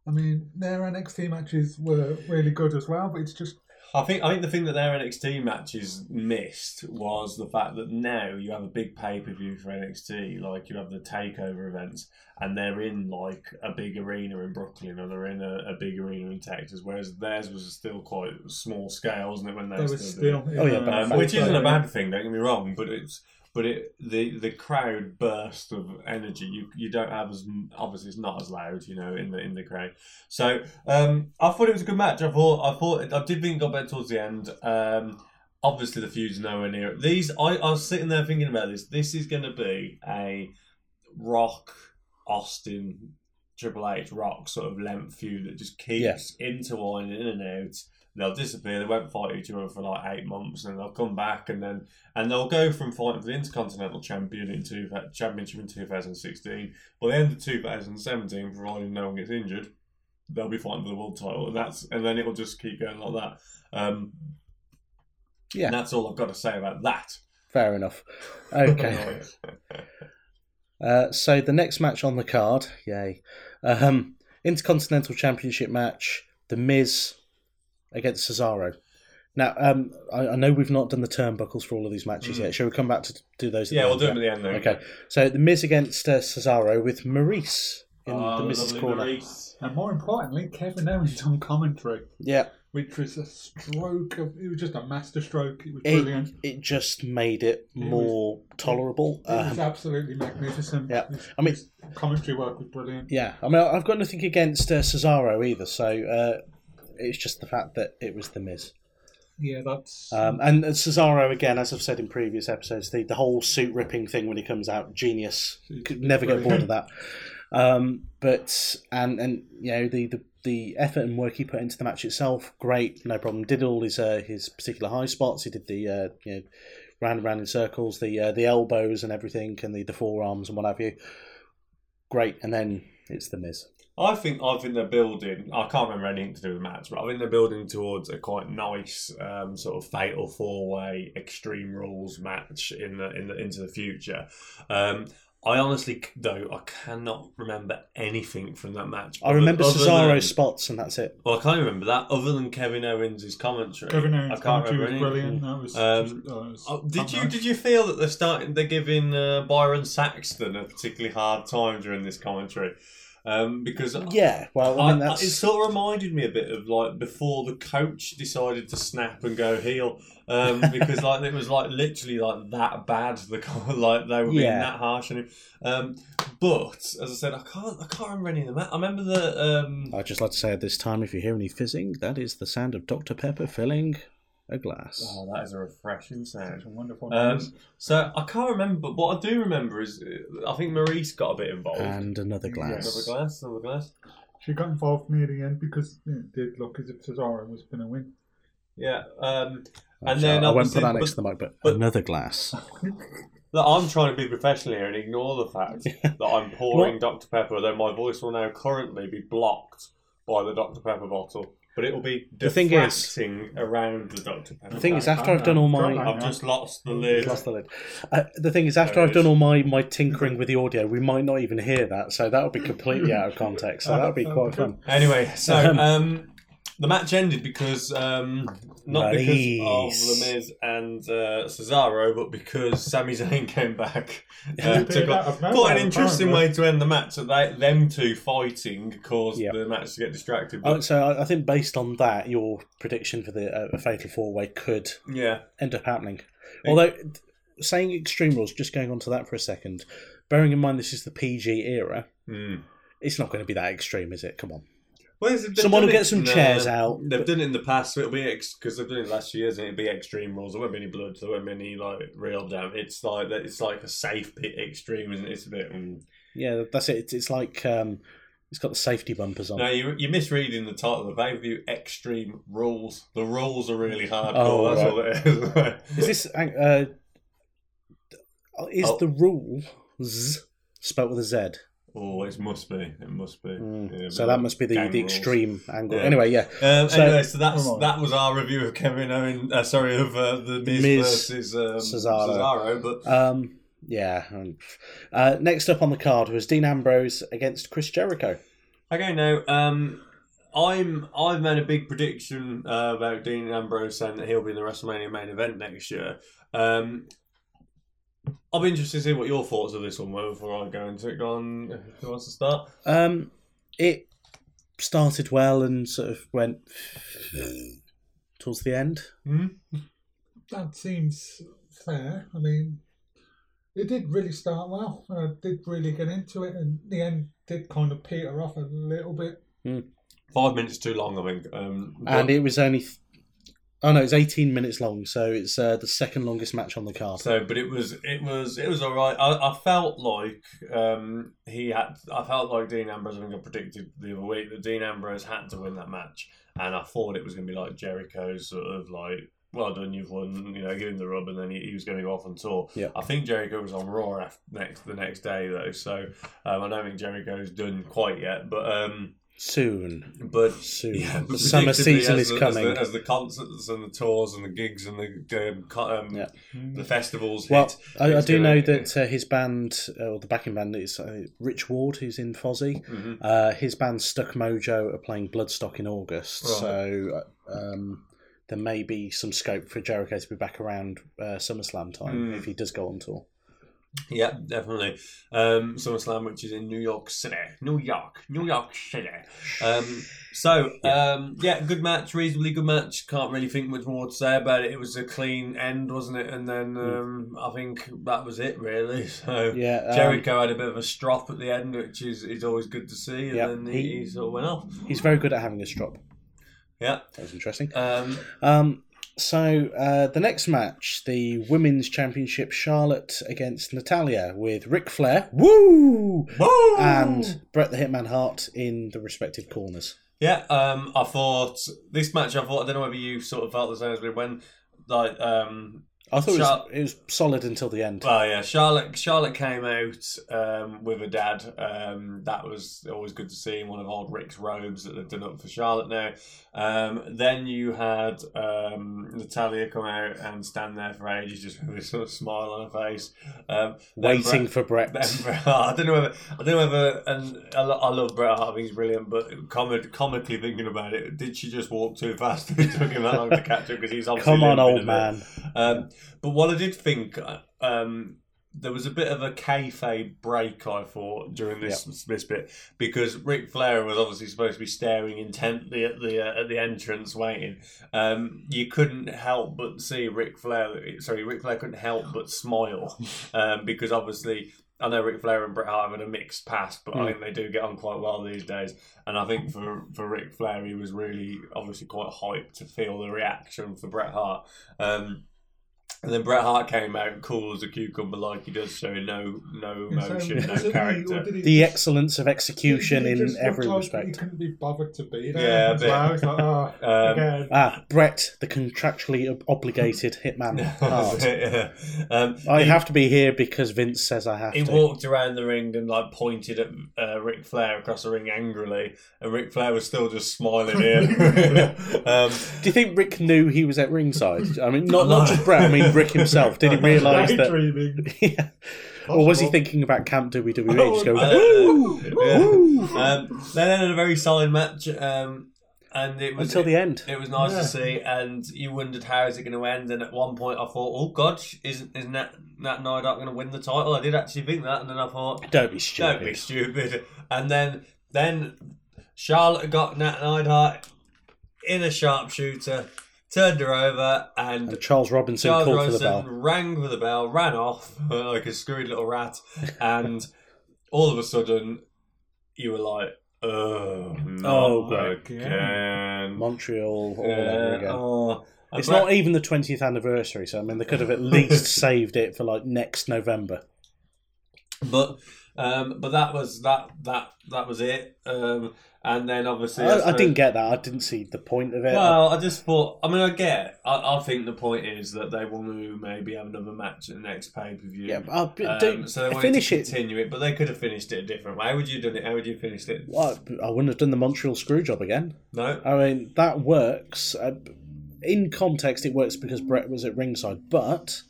Speaker 3: I mean, their NXT matches were really good as well, but it's just
Speaker 2: I think I think the thing that their NXT matches missed was the fact that now you have a big pay per view for NXT, like you have the takeover events, and they're in like a big arena in Brooklyn or they're in a, a big arena in Texas, whereas theirs was still quite small scale, wasn't it? When they,
Speaker 3: they
Speaker 2: were
Speaker 3: were
Speaker 2: doing
Speaker 3: still. uh,
Speaker 4: Oh, yeah,
Speaker 2: it?
Speaker 4: but-
Speaker 2: um,
Speaker 4: Fair
Speaker 2: which isn't
Speaker 3: play.
Speaker 2: a bad thing. Don't get me wrong, but it's but it the the crowd burst of energy. You you don't have as obviously it's not as loud, you know, in the in the crowd. So um, I thought it was a good match. I thought I thought I did think it got better towards the end. Um, obviously the feud's nowhere near it. These I, I was sitting there thinking about this. This is going to be a Rock Austin Triple H Rock sort of length feud that just keeps intertwining in and out. They'll disappear. They won't fight each other for like eight months, and they'll come back, and then and they'll go from fighting for the Intercontinental Champion in two, Championship in 2016. By the end of 2017, providing no one gets injured, they'll be fighting for the world title, and that's and then it'll just keep going like that. Um,
Speaker 4: Yeah.
Speaker 2: that's all I've got to say about that.
Speaker 4: Fair enough. Okay. Uh, so the next match on the card, yay, um, Intercontinental Championship match, The Miz against Cesaro. Now, um, I, I know we've not done the turnbuckles for all of these matches
Speaker 2: Mm.
Speaker 4: yet. Shall we come back to do those? at
Speaker 2: yeah,
Speaker 4: the
Speaker 2: we'll
Speaker 4: end?
Speaker 2: do it at the end though.
Speaker 4: Okay. So The Miz against uh, Cesaro with Maurice in
Speaker 2: Ah,
Speaker 4: the Miz's
Speaker 2: lovely
Speaker 4: corner.
Speaker 2: Maurice.
Speaker 3: And more importantly, Kevin Owens on commentary,
Speaker 4: Yeah,
Speaker 3: which was a stroke of. It was just a master stroke. It was
Speaker 4: It-
Speaker 3: brilliant.
Speaker 4: it just made it
Speaker 3: was-
Speaker 4: more tolerable.
Speaker 3: It was
Speaker 4: Um,
Speaker 3: absolutely magnificent.
Speaker 4: yeah.
Speaker 3: His-
Speaker 4: I mean-
Speaker 3: his commentary work was brilliant.
Speaker 4: yeah, I mean, I've got nothing against uh, Cesaro either. So uh, it's just the fact that it was The Miz.
Speaker 3: Yeah, that's.
Speaker 2: Uh,
Speaker 4: Um, and and Cesaro again, as I've said in previous episodes, the, the whole suit ripping thing when he comes out, genius. Could never get bored of that. Um, but and and you know the, the the effort and work he put into the match itself, great, no problem. Did all his uh, his particular high spots. He did the uh, you know round and round in circles, the uh, the elbows and everything, and the, the forearms and what have you. Great, and then it's the Miz.
Speaker 2: I think I think they're building. I can't remember anything to do with match, but I think they're building towards a quite nice um, sort of fatal four way extreme rules match in the in the into the future. Um, I honestly c- though I cannot remember anything from that match.
Speaker 4: I remember
Speaker 2: Other- other
Speaker 4: Cesaro's
Speaker 2: than-
Speaker 4: spots, and that's it.
Speaker 2: well, I can't remember that other than Kevin Owens' commentary.
Speaker 3: Kevin
Speaker 2: I
Speaker 3: Owens'
Speaker 2: can't
Speaker 3: commentary was
Speaker 2: remember anything.
Speaker 3: brilliant. That was.
Speaker 2: Um,
Speaker 3: just- oh, it was
Speaker 2: Oh, did you
Speaker 3: fantastic.
Speaker 2: did you feel that they're starting? They're giving uh, Byron Saxton a particularly hard time during this commentary um, because
Speaker 4: Yeah, well, I mean
Speaker 2: I- I-
Speaker 4: that's
Speaker 2: it sort of reminded me a bit of like before the coach decided to snap and go heel um, because like it was like literally like that bad the co- like they were being
Speaker 4: Yeah.
Speaker 2: that harsh on him. Um, but as I said, I can't I can't remember any of the ma- I remember the um,
Speaker 4: I'd just like to say at this time, if you hear any fizzing, that is the sound of Dr. Pepper filling a glass.
Speaker 2: oh that is a refreshing sound.
Speaker 3: Such a wonderful.
Speaker 2: Um,
Speaker 3: noise.
Speaker 2: So I can't remember, but what I do remember is uh, I think Maurice got a bit involved.
Speaker 4: and
Speaker 2: Another
Speaker 4: another glass.
Speaker 2: glass, another glass.
Speaker 3: she got involved near the end because it did look as if Cesaro was going to win.
Speaker 2: Yeah. Um,
Speaker 4: Actually,
Speaker 2: and then
Speaker 4: I won't
Speaker 2: obviously-
Speaker 4: put that
Speaker 2: but-
Speaker 4: next to the mic, but,
Speaker 2: but-
Speaker 4: another glass.
Speaker 2: Look, I'm trying to be professional here and ignore the fact that I'm pouring Dr. Pepper, though my voice will now currently be blocked by the Dr Pepper bottle, but it will be
Speaker 4: The thing is-
Speaker 2: diffracting around the Dr Pepper.
Speaker 4: The thing is,
Speaker 2: bottle.
Speaker 4: after I've done all my-
Speaker 2: I've just lost the lid.
Speaker 4: Lost the lid. Uh, the thing is, after
Speaker 2: There it
Speaker 4: I've done
Speaker 2: is.
Speaker 4: all my, my tinkering with the audio, we might not even hear that, so that would be completely out of context. So that would be quite fun.
Speaker 2: Anyway, so
Speaker 4: Um,
Speaker 2: um, the match ended because um, not because
Speaker 4: Nice.
Speaker 2: of The Miz and uh, Cesaro, but because Sami Zayn came back. Uh,
Speaker 3: He
Speaker 2: took
Speaker 3: appeared out
Speaker 2: off.
Speaker 3: of nowhere,
Speaker 2: Quite an interesting
Speaker 3: apparently.
Speaker 2: way to end the match. That they, them two fighting caused
Speaker 4: Yeah.
Speaker 2: the match to get distracted.
Speaker 4: Oh,
Speaker 2: But,
Speaker 4: so I, I think based on that, your prediction for the uh, fatal four way could
Speaker 2: yeah,
Speaker 4: end up happening. Although saying extreme rules, just going on to that for a second, bearing in mind this is the PG era,
Speaker 2: Mm.
Speaker 4: it's not going to be that extreme, is it? Come on.
Speaker 2: Well, they've
Speaker 4: Someone
Speaker 2: done
Speaker 4: will
Speaker 2: it
Speaker 4: get some
Speaker 2: in,
Speaker 4: chairs out.
Speaker 2: They've done it in the past, so it'll be because they've done it last year, and it'll be extreme rules. There won't be any blood, there won't be any like real damage. It's like it's like a safe bit extreme, isn't it? It's a bit. mm.
Speaker 4: Yeah, that's it. It's, it's like um, it's got the safety bumpers on.
Speaker 2: No, you, you're misreading the title of the pay per view. Extreme rules. The rules are really hardcore.
Speaker 4: Oh,
Speaker 2: that's
Speaker 4: right.
Speaker 2: all it is.
Speaker 4: Is this uh, is
Speaker 2: Oh.
Speaker 4: the rule z spelt with a Z?
Speaker 2: oh, it must be. It must be.
Speaker 4: Mm.
Speaker 2: Yeah,
Speaker 4: so
Speaker 2: but-
Speaker 4: that must be the,
Speaker 2: gang
Speaker 4: the
Speaker 2: rules.
Speaker 4: extreme angle.
Speaker 2: Yeah.
Speaker 4: Anyway, yeah,
Speaker 2: Um,
Speaker 4: So-
Speaker 2: anyway, so that's
Speaker 3: Come on.
Speaker 2: that was our review of Kevin Owen. Uh, sorry, of uh, the Miz,
Speaker 4: Miz
Speaker 2: versus um,
Speaker 4: Cesaro.
Speaker 2: Cesaro. But
Speaker 4: um, yeah. um, Uh, next up on the card was Dean Ambrose against Chris Jericho.
Speaker 2: Okay, now um, I'm I've made a big prediction uh, about Dean Ambrose saying that he'll be in the WrestleMania main event next year. Um, I'll be interested to see what your thoughts of this one were before I go into it. Go on, who wants to start?
Speaker 4: Um, it started well and sort of went towards the end.
Speaker 3: That seems fair. I mean, it did really start well. and I did really get into it, and the end did kind of peter off a little bit.
Speaker 2: Five minutes too long, I think. Um,
Speaker 4: And it was only, th- oh no, it's eighteen minutes long, so it's uh, the second longest match on the card.
Speaker 2: So, but it was it was it was all right. I, I felt like um, he had. I felt like Dean Ambrose. I think I predicted the other week that Dean Ambrose had to win that match, and I thought it was going to be like Jericho's sort of like, "Well done, you've won." You know, give him the rub, and then he, he was going to go off on tour.
Speaker 4: Yeah.
Speaker 2: I think Jericho was on Raw af- next the next day though, so um, I don't think Jericho's done quite yet. But um,
Speaker 4: Soon,
Speaker 2: but
Speaker 4: soon,
Speaker 2: yeah,
Speaker 4: the summer
Speaker 2: predictably,
Speaker 4: season
Speaker 2: as
Speaker 4: is
Speaker 2: the-
Speaker 4: coming.
Speaker 2: As the, as the concerts and the tours and the gigs and the um, co- um,
Speaker 4: Yeah.
Speaker 2: the festivals.
Speaker 4: Well,
Speaker 2: hit,
Speaker 4: I, I
Speaker 2: it's
Speaker 4: do
Speaker 2: gonna-
Speaker 4: know that uh, his band, uh, or the backing band, is uh, Rich Ward, who's in Fozzy.
Speaker 2: Mhm.
Speaker 4: Uh, his band Stuck Mojo are playing Bloodstock in August,
Speaker 2: Right.
Speaker 4: so uh, um, there may be some scope for Jericho to be back around uh, SummerSlam time
Speaker 2: Mm.
Speaker 4: if he does go on tour.
Speaker 2: Yeah, definitely. Um, SummerSlam, which is in New York City, New York, New York City. Um, so um, yeah, good match, reasonably good match. Can't really think much more to say about it. It was a clean end, wasn't it? And then um, I think that was it, really. So
Speaker 4: Mm. Yeah, um,
Speaker 2: Jericho had a bit of a strop at the end, which is, is always good to see. And
Speaker 4: Yeah,
Speaker 2: then he,
Speaker 4: he-
Speaker 2: he sort of went off.
Speaker 4: He's very good at having a strop.
Speaker 2: Yeah.
Speaker 4: That was interesting.
Speaker 2: Um,
Speaker 4: Um, so uh, the next match, the women's championship, Charlotte against Natalia, with Ric Flair, woo,
Speaker 2: woo!
Speaker 4: and Bret the Hitman Hart in the respective corners.
Speaker 2: Yeah, um, I thought this match. I thought I don't know whether you sort of felt the same as me when, like, um,
Speaker 4: I thought it was,
Speaker 2: Char-
Speaker 4: it was solid until the end.
Speaker 2: well, yeah, Charlotte. Charlotte came out um, with her dad. Um, that was always good to see in one of old Rick's robes that they've done up for Charlotte now. Um, then you had um, Natalia come out and stand there for ages, just with a sort of smile on her face, um, then
Speaker 4: waiting for Brett.
Speaker 2: Bret Hart. I don't know whether I don't know whether and I, lo- I love Bret Hart. I think he's brilliant, but comic, comically thinking about it, did she just walk too fast? it took him that long to catch up because he's obviously
Speaker 4: Come on,
Speaker 2: limping a
Speaker 4: old
Speaker 2: bit.
Speaker 4: man.
Speaker 2: Um, but what I did think, uh, um, there was a bit of a kayfabe break. I thought during this this bit because Ric Flair was obviously supposed to be staring intently at the uh, at the entrance, waiting. Um, you couldn't help but see Ric Flair. Sorry, Ric Flair couldn't help but smile um, because obviously. I know Ric Flair and Bret Hart have had a mixed past, but I
Speaker 4: Mm.
Speaker 2: think they do get on quite well these days. And I think for, for Ric Flair, he was really obviously quite hyped to feel the reaction for Bret Hart. Um, And then Bret Hart came out cool as a cucumber, like he does, showing no no
Speaker 3: um,
Speaker 2: emotion,
Speaker 3: Is
Speaker 2: no
Speaker 3: it me, or
Speaker 2: character.
Speaker 3: did he
Speaker 4: The
Speaker 3: just-
Speaker 4: excellence of execution
Speaker 3: did he
Speaker 4: in
Speaker 3: just look
Speaker 4: every
Speaker 3: like He
Speaker 4: respect.
Speaker 3: couldn't be bothered to be
Speaker 2: Yeah,
Speaker 3: there.
Speaker 2: a
Speaker 3: as
Speaker 2: bit.
Speaker 3: well. It's like, oh,
Speaker 2: Um,
Speaker 3: again.
Speaker 4: Ah, Brett, the contractually ob- obligated hitman. Hart.
Speaker 2: Yeah. um,
Speaker 4: I have to be here because Vince says I have
Speaker 2: he
Speaker 4: to.
Speaker 2: walked around the ring and like pointed at uh, Ric Flair across the ring angrily, and Ric Flair was still just smiling here. um,
Speaker 4: Do you think Rick knew he was at ringside? I mean, not,
Speaker 2: No.
Speaker 4: not just Brett, I mean Rick himself. Did he realise that?
Speaker 3: Daydreaming.
Speaker 4: Yeah. Or was he
Speaker 3: Possible.
Speaker 4: thinking about Camp WWE? Just going,
Speaker 2: Uh,
Speaker 4: woo!
Speaker 2: yeah.
Speaker 4: Woo!
Speaker 2: um, they had a very solid match, um, and it was
Speaker 4: Until the end.
Speaker 2: It was nice
Speaker 3: Yeah.
Speaker 2: to see, and you wondered how is it going to end. And at one point, I thought, "Oh God, isn't isn't that that Nidoc going to win the title?" I did actually think that, and then I thought,
Speaker 4: Don't be stupid.
Speaker 2: "Don't be stupid." And then then Charlotte got Nat Neidhart in a sharpshooter, turned her over, and
Speaker 4: And Uh, Charles Robinson
Speaker 2: Charles
Speaker 4: called for the
Speaker 2: Ronson
Speaker 4: bell.
Speaker 2: rang for the bell, ran off like a scurried little rat, and all of a sudden, you were like, "Oh, not
Speaker 4: Oh, great.
Speaker 2: again."
Speaker 4: Montreal all over
Speaker 2: Yeah,
Speaker 4: again.
Speaker 2: oh. And
Speaker 4: it's
Speaker 2: Brett-
Speaker 4: not even the 20th anniversary, so I mean, they could have at least saved it for like next November.
Speaker 2: but um, but that was that that that was it. Um, and then obviously,
Speaker 4: I, I
Speaker 2: suppose-
Speaker 4: didn't get that. I didn't see the point of it.
Speaker 2: Well, I just thought. I mean, I get. I, I think the point is that they want to maybe have another match at the next pay per view.
Speaker 4: yeah, but, uh, but
Speaker 2: Um,
Speaker 4: don't-
Speaker 2: so they wanted
Speaker 4: finish
Speaker 2: to
Speaker 4: it.
Speaker 2: continue it. but they could have finished it a different way. How would you have done it? How would you have finished it?
Speaker 4: Well, I wouldn't have done the Montreal screw job again.
Speaker 2: No.
Speaker 4: I mean, that works. Uh, in context, it works because Brett was at ringside, but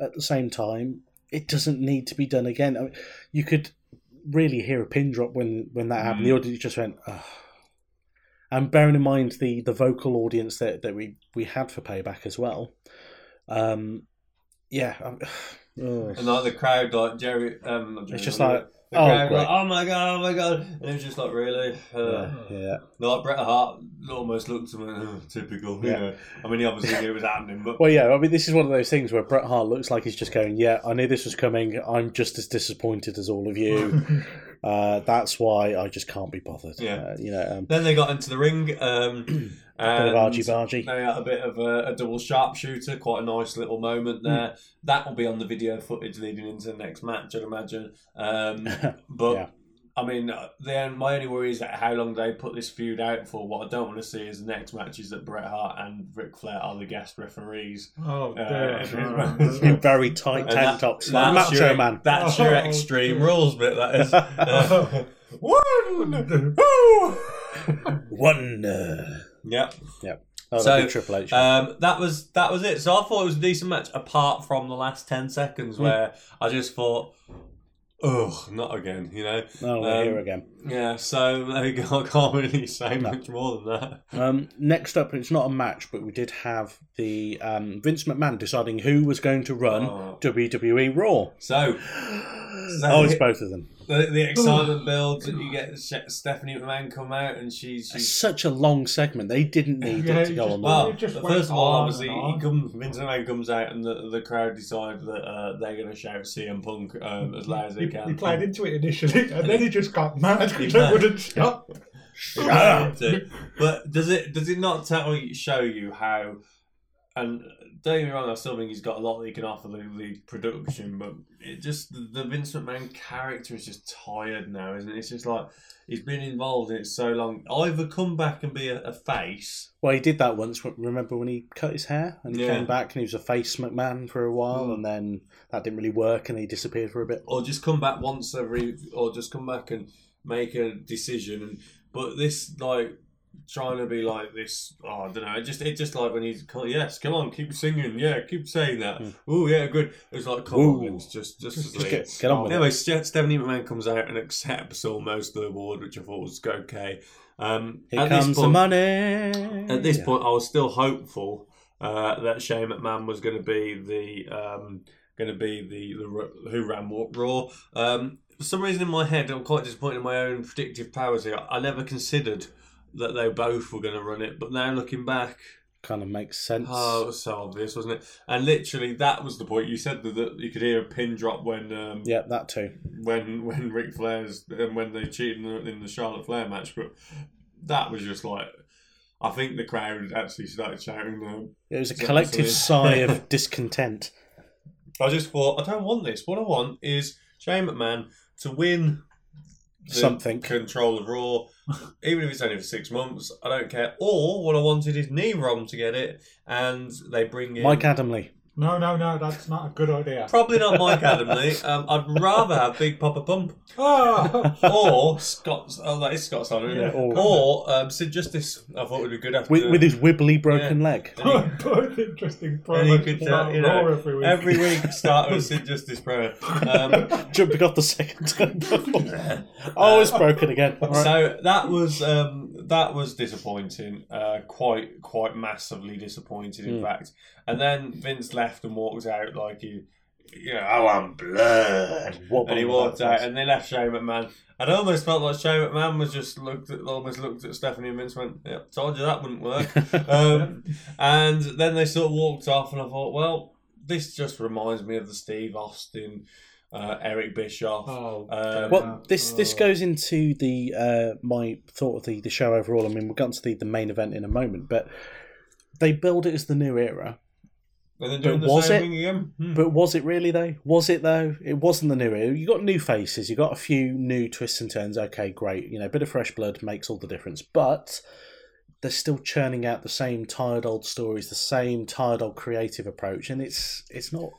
Speaker 4: at the same time, it doesn't need to be done again. I mean, you could really hear a pin drop when, when that
Speaker 2: Mm.
Speaker 4: happened. The audience just went, oh. And bearing in mind the, the vocal audience that, that we, we had for Payback as well, um, yeah. I'm- ugh.
Speaker 2: And like the crowd, like Jerry, um, not Jerry
Speaker 4: It's just
Speaker 2: Lawler,
Speaker 4: like,
Speaker 2: the
Speaker 4: oh,
Speaker 2: crowd,
Speaker 4: great.
Speaker 2: like, oh my god, oh my god, and it was just like really. Uh,
Speaker 4: yeah, yeah.
Speaker 2: Like Bret Hart almost looked at me, oh, typical.
Speaker 4: Yeah.
Speaker 2: You know, I mean, he obviously knew it was happening, but
Speaker 4: Well, yeah, I mean, this is one of those things where Bret Hart looks like he's just going, Yeah, I knew this was coming. I'm just as disappointed as all of you. uh, that's why I just can't be bothered.
Speaker 2: Yeah.
Speaker 4: Uh, you know, um,
Speaker 2: then they got into the ring. Um,
Speaker 4: bit
Speaker 2: and
Speaker 4: of argy bargy.
Speaker 2: They had a bit of a, a double sharpshooter, quite a nice little
Speaker 4: Hmm.
Speaker 2: moment there. That will be on the video footage leading into the next match, I'd imagine. Um, but
Speaker 4: Yeah.
Speaker 2: I mean, uh, then my only worry is that how long they put this feud out for. What I don't want to see is the next match is that Bret Hart and Ric Flair are the guest referees.
Speaker 3: Oh,
Speaker 2: Uh,
Speaker 3: dear.
Speaker 2: it is-
Speaker 3: Oh,
Speaker 4: In very tight
Speaker 2: And
Speaker 4: tank
Speaker 2: that-
Speaker 4: tops. Like
Speaker 2: that's
Speaker 4: Macho
Speaker 2: your,
Speaker 4: Man.
Speaker 2: That's your
Speaker 3: Oh,
Speaker 2: extreme
Speaker 3: dear.
Speaker 2: rules bit. That is. Uh,
Speaker 3: Oh,
Speaker 2: one. Woo!
Speaker 4: Wonder.
Speaker 2: yep.
Speaker 4: uh, Oh,
Speaker 2: So,
Speaker 4: so, Triple H.
Speaker 2: Um, that was that was it. So I thought it was a decent match, apart from the last ten seconds
Speaker 3: Hmm.
Speaker 2: where I just thought, "Oh, not again," you know.
Speaker 4: oh, we're
Speaker 2: um,
Speaker 4: here again.
Speaker 2: Yeah. So there you go. I can't really say much more than that.
Speaker 4: Um, next up, it's not a match, but we did have the um, Vince McMahon deciding who was going to run
Speaker 2: Oh.
Speaker 4: WWE Raw.
Speaker 2: So, so
Speaker 4: Oh, it's both of them.
Speaker 2: the, the excitement builds. and You get Sh- Stephanie McMahon come out, and she
Speaker 4: It's
Speaker 2: she's.
Speaker 4: such a long segment. They didn't need
Speaker 3: Yeah,
Speaker 4: it to
Speaker 3: it
Speaker 4: go
Speaker 3: just-
Speaker 4: on. long.
Speaker 2: Well,
Speaker 3: It just went
Speaker 2: first of all,
Speaker 3: on
Speaker 2: obviously,
Speaker 3: and on.
Speaker 2: he comes, Vince McMahon comes out, and the, the crowd decide that uh, they're going to shout CM Punk um, as loud as they
Speaker 3: He,
Speaker 2: can.
Speaker 3: he played into it initially, and then he just got mad
Speaker 2: He
Speaker 3: because
Speaker 2: mad.
Speaker 3: it wouldn't stop.
Speaker 2: Shut up. But does it does it not tell you, show you how? And don't get me wrong, I still think he's got a lot that he can offer the, the production, but it just the, the Vince McMahon character is just tired now, isn't it? It's just like he's been involved in it so long. Either come back and be a, a face,
Speaker 4: Well, he did that once. w- Remember when he cut his hair and he
Speaker 2: Yeah. Mm.
Speaker 4: came back and he was a face McMahon for a while, and then that didn't really work, and he disappeared for a bit.
Speaker 2: or just come back once every, or just come back and make a decision. And but this like trying to be like this, oh, I don't know. It just it just like when he's co- yes, come on, keep singing, yeah, keep saying that. Oh yeah, good. It was like come
Speaker 4: Ooh.
Speaker 2: on, Vince, just just,
Speaker 4: Hmm. Just
Speaker 2: leave.
Speaker 4: get, get on with it.
Speaker 2: Anyway, Ste- Stephanie McMahon comes out and accepts almost the award, which I thought was okay. Um,
Speaker 4: Here
Speaker 2: at
Speaker 4: comes
Speaker 2: this
Speaker 4: the
Speaker 2: point,
Speaker 4: money.
Speaker 2: At this point, I was still hopeful uh, that Shane McMahon was going to be the um, going to be the, the r- who ran what Raw. Um, for some reason, in my head, I'm quite disappointed in my own predictive powers here. I never considered that they both were going to run it, but now looking back,
Speaker 4: kind of makes sense.
Speaker 2: oh, it was so obvious, wasn't it? And literally, that was the point. You said that, that you could hear a pin drop when um,
Speaker 4: yeah, that too.
Speaker 2: when when Ric Flair's um, when they cheated in the, in the Charlotte Flair match, but that was just like I think the crowd actually started shouting. Um,
Speaker 4: It was a
Speaker 2: Exactly.
Speaker 4: collective sigh of discontent.
Speaker 2: I just thought, I don't want this. What I want is Shane McMahon to win the
Speaker 4: Something.
Speaker 2: control of Raw, even if it's only for six months. I don't care. Or what I wanted is Rom to get it, and they bring in
Speaker 4: Mike Adamley.
Speaker 3: No, no, no, that's not a good idea.
Speaker 2: Probably not Mike Adamley. Um, I'd rather have Big Papa Pump
Speaker 3: Oh,
Speaker 2: or Scott. Oh, that is Scott Steiner, isn't
Speaker 4: Yeah,
Speaker 2: it?
Speaker 4: or-
Speaker 2: Or um, Sid Justice. I thought would be good after
Speaker 4: With, with his wibbly broken
Speaker 2: Yeah.
Speaker 4: leg.
Speaker 2: And
Speaker 3: both interesting
Speaker 2: you
Speaker 3: promos.
Speaker 2: could, uh,
Speaker 3: about
Speaker 2: you know,
Speaker 3: Raw every week.
Speaker 2: every week start with Sid Justice prayer. Um,
Speaker 4: Jumping off the second turnbuckle. oh, it's broken again. All right.
Speaker 2: So that was um, that was disappointing. Uh, quite quite massively disappointed, in
Speaker 4: Hmm.
Speaker 2: fact. And then Vince left and walked out like he, you know, oh, I want blood.
Speaker 4: Wobble
Speaker 2: and he walked
Speaker 4: backwards.
Speaker 2: out, and they left Shane McMahon. And I almost felt like Shane McMahon was just looked at, almost looked at Stephanie and Vince went, "Yep, told you that wouldn't work." um, and then they sort of walked off, and I thought, well, this just reminds me of the Steve Austin, uh, Eric Bischoff.
Speaker 3: Oh,
Speaker 2: Uh,
Speaker 3: God.
Speaker 4: Well, this this
Speaker 3: Oh.
Speaker 4: goes into the uh, my thought of the, the show overall. I mean, we'll get on to the, the main event in a moment, but they build it as the new era.
Speaker 2: And then doing
Speaker 4: But
Speaker 2: the
Speaker 4: was
Speaker 2: same
Speaker 4: it?
Speaker 2: thing again. Hmm.
Speaker 4: But was it really though? Was it though? It wasn't the new era. You got new faces. You got a few new twists and turns. Okay, great. You know, a bit of fresh blood makes all the difference. But they're still churning out the same tired old stories, the same tired old creative approach, and it's it's not.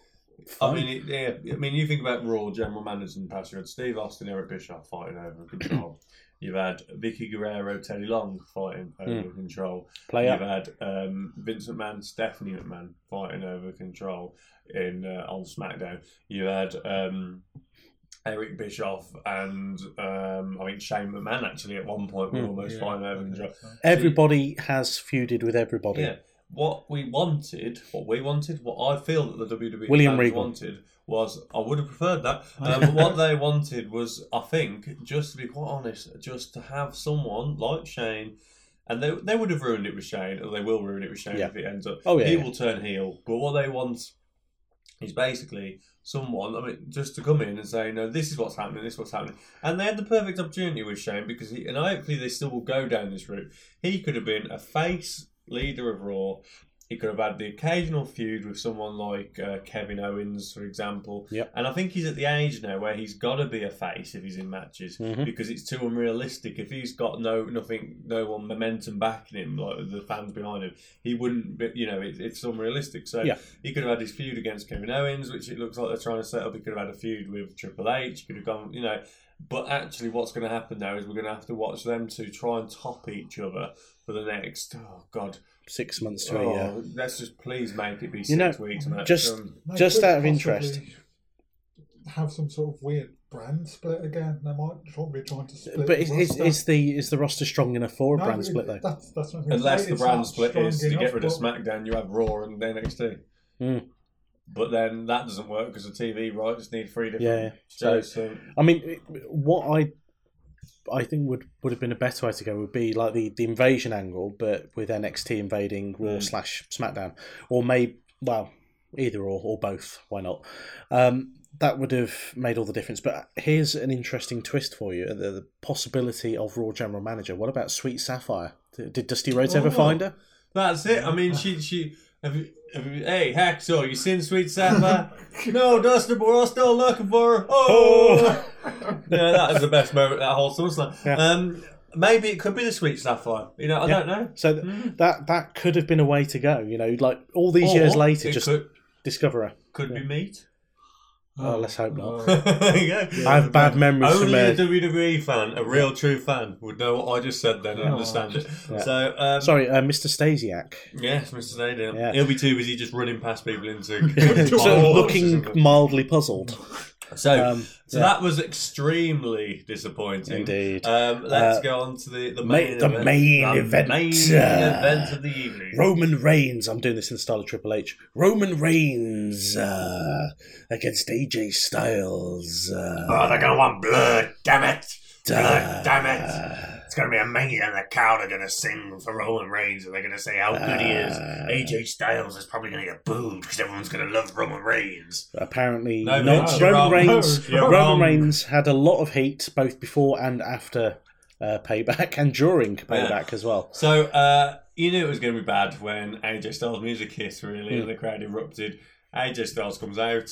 Speaker 2: I
Speaker 4: Fun.
Speaker 2: mean, it, yeah, I mean, you think about Raw general managers in the past. You had Steve Austin, Eric Bischoff fighting over control. You've had Vicky Guerrero, Teddy Long fighting over
Speaker 4: Mm.
Speaker 2: control.
Speaker 4: play
Speaker 2: You've
Speaker 4: up.
Speaker 2: had um, Vince McMahon, Stephanie McMahon fighting over control in uh, on SmackDown. You had um, Eric Bischoff and um, I think Shane McMahon actually at one point were
Speaker 4: Mm.
Speaker 2: almost fighting over control.
Speaker 4: Everybody has feuded with everybody.
Speaker 2: Yeah. What we wanted, what we wanted, what I feel that the WWE
Speaker 4: William
Speaker 2: fans
Speaker 4: Regal.
Speaker 2: wanted was, I would have preferred that. Um, but what they wanted was, I think, just to be quite honest, just to have someone like Shane, and they they would have ruined it with Shane, or they will ruin it with Shane
Speaker 4: Yeah.
Speaker 2: if it ends up.
Speaker 4: Oh, yeah,
Speaker 2: he
Speaker 4: yeah.
Speaker 2: will turn heel. But what they want is basically someone. I mean, just to come in and say, no, this is what's happening, this is what's happening, and they had the perfect opportunity with Shane because, he, and hopefully they still will go down this route. He could have been a face leader of Raw. He could have had the occasional feud with someone like uh, Kevin Owens, for example.
Speaker 4: Yep.
Speaker 2: And I think he's at the age now where he's got to be a face if he's in matches
Speaker 4: Mhm.
Speaker 2: because it's too unrealistic. If he's got no nothing, no one momentum backing him, like the fans behind him, he wouldn't. Be, you know, it, it's unrealistic. So
Speaker 4: Yeah.
Speaker 2: he could have had his feud against Kevin Owens, which it looks like they're trying to set up. He could have had a feud with Triple H. He could have gone, you know. But actually, what's going to happen now is we're going to have to watch them to try and top each other for the next. Oh God!
Speaker 4: Six months to a year.
Speaker 2: Oh, let's just please make it be six
Speaker 4: You know,
Speaker 2: weeks. Mate.
Speaker 4: just-
Speaker 2: Um,
Speaker 3: They
Speaker 4: Just
Speaker 3: could
Speaker 4: out of
Speaker 3: possibly
Speaker 4: interest.
Speaker 3: Have some sort of weird brand split again. They might try- be trying to split.
Speaker 4: But is,
Speaker 3: the
Speaker 4: is,
Speaker 3: roster.
Speaker 4: is the is the roster strong enough for a
Speaker 3: No,
Speaker 4: brand
Speaker 3: it-
Speaker 4: split though?
Speaker 3: That's, that's what I'm
Speaker 2: Unless
Speaker 3: saying.
Speaker 2: the
Speaker 3: It's
Speaker 2: brand
Speaker 3: not
Speaker 2: split
Speaker 3: strong
Speaker 2: is to
Speaker 3: enough,
Speaker 2: get rid of
Speaker 3: but-
Speaker 2: SmackDown, you have Raw and NXT.
Speaker 4: Mm.
Speaker 2: But then that doesn't work because the TV rights need three different
Speaker 4: Yeah, yeah.
Speaker 2: shows. So,
Speaker 4: I mean, it- what I I think would would have been a better way to go would be like the, the invasion angle, but with NXT invading Raw
Speaker 2: Mm.
Speaker 4: slash SmackDown, or maybe well either or or both. Why not? Um, that would have made all the difference. But here's an interesting twist for you: the, the possibility of Raw general manager. What about Sweet Sapphire? Did Dusty Rhodes ever
Speaker 2: Oh.
Speaker 4: find her?
Speaker 2: that's it. I mean, she she. Have you, have you, hey, Hacksaw, you seen Sweet Sapphire? no, Dustin, but we're still looking for her. Oh, yeah, that is the best moment. That whole song.
Speaker 4: Yeah.
Speaker 2: Um, maybe it could be the Sweet Sapphire. You know, I
Speaker 4: Yeah.
Speaker 2: don't know.
Speaker 4: So th-
Speaker 2: Mm.
Speaker 4: that that could have been a way to go. You know, like all these
Speaker 2: Or
Speaker 4: years later,
Speaker 2: it
Speaker 4: just
Speaker 2: could,
Speaker 4: discover her.
Speaker 2: could be meat.
Speaker 4: Oh, let's hope not.
Speaker 3: Oh,
Speaker 2: There you go.
Speaker 4: I have bad memories
Speaker 2: Only
Speaker 4: from uh,
Speaker 2: a WWE fan, a real true fan, would know what I just said then and
Speaker 3: Oh.
Speaker 2: understand it.
Speaker 4: Yeah.
Speaker 2: So, um,
Speaker 4: Sorry, uh, Mr. Stasiak.
Speaker 2: yes, Mr. Nader.
Speaker 4: Yeah.
Speaker 2: He'll be too busy just running past people into.
Speaker 4: sort of
Speaker 2: Oh,
Speaker 4: looking
Speaker 2: this is-
Speaker 4: mildly puzzled.
Speaker 2: So,
Speaker 4: Um,
Speaker 2: so
Speaker 4: yeah.
Speaker 2: that was extremely disappointing.
Speaker 4: Indeed.
Speaker 2: Um, let's
Speaker 4: Uh,
Speaker 2: go on to the, the
Speaker 4: ma-
Speaker 2: main
Speaker 4: the
Speaker 2: event.
Speaker 4: main
Speaker 2: the
Speaker 4: event.
Speaker 2: main
Speaker 4: Uh,
Speaker 2: event of the evening.
Speaker 4: Roman Reigns, I'm doing this in the style of Triple H. Roman Reigns uh, against AJ Styles. Uh,
Speaker 5: Oh, they're gonna want blood, damn it!
Speaker 4: uh,
Speaker 5: Blood, damn it! It's gonna be a mania, and the crowd are gonna sing for Roman Reigns, and they're gonna say how good he is.
Speaker 4: uh,
Speaker 5: AJ Styles is probably gonna get booed because everyone's gonna love Roman Reigns.
Speaker 4: Apparently,
Speaker 2: No,
Speaker 4: not.
Speaker 2: no,
Speaker 4: Roman
Speaker 2: wrong.
Speaker 4: Reigns.
Speaker 2: No, you're
Speaker 4: Roman
Speaker 2: wrong.
Speaker 4: Reigns had a lot of heat both before and after uh, Payback and during Payback as well.
Speaker 2: So uh, you knew it was going to be bad when AJ Styles' music hit, really,
Speaker 4: Hmm.
Speaker 2: and the crowd erupted. AJ Styles comes out.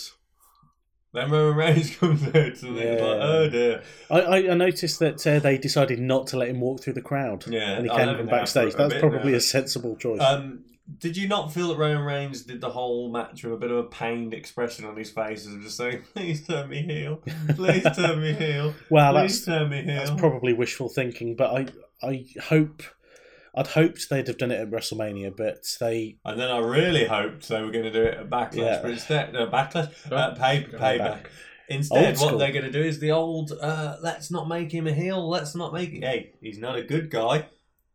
Speaker 2: Then Roman Reigns comes out, and it was
Speaker 4: Yeah.
Speaker 2: like, oh dear.
Speaker 4: I, I, I noticed that uh, they decided not to let him walk through the crowd
Speaker 2: Yeah,
Speaker 4: when he
Speaker 2: I
Speaker 4: came
Speaker 2: haven't
Speaker 4: from
Speaker 2: now for
Speaker 4: backstage.
Speaker 2: a
Speaker 4: That's
Speaker 2: bit
Speaker 4: probably
Speaker 2: now.
Speaker 4: a sensible choice.
Speaker 2: Um, did you not feel that Roman Reigns did the whole match with a bit of a pained expression on his face and just saying, please turn me heel, please turn me heel,
Speaker 4: well,
Speaker 2: please
Speaker 4: that's
Speaker 2: turn me heel?
Speaker 4: that's probably wishful thinking, but I I hope I'd hoped they'd have done it at WrestleMania, but they
Speaker 2: And then I really hoped they were going to do it at Backlash,
Speaker 4: Yeah.
Speaker 2: but instead, no, Backlash, uh, pay,
Speaker 3: Go
Speaker 2: payback.
Speaker 4: back. Old
Speaker 2: Instead,
Speaker 4: school.
Speaker 2: what they're going to do is the old, uh, let's not make him a heel, let's not make Hey, he's not a good guy,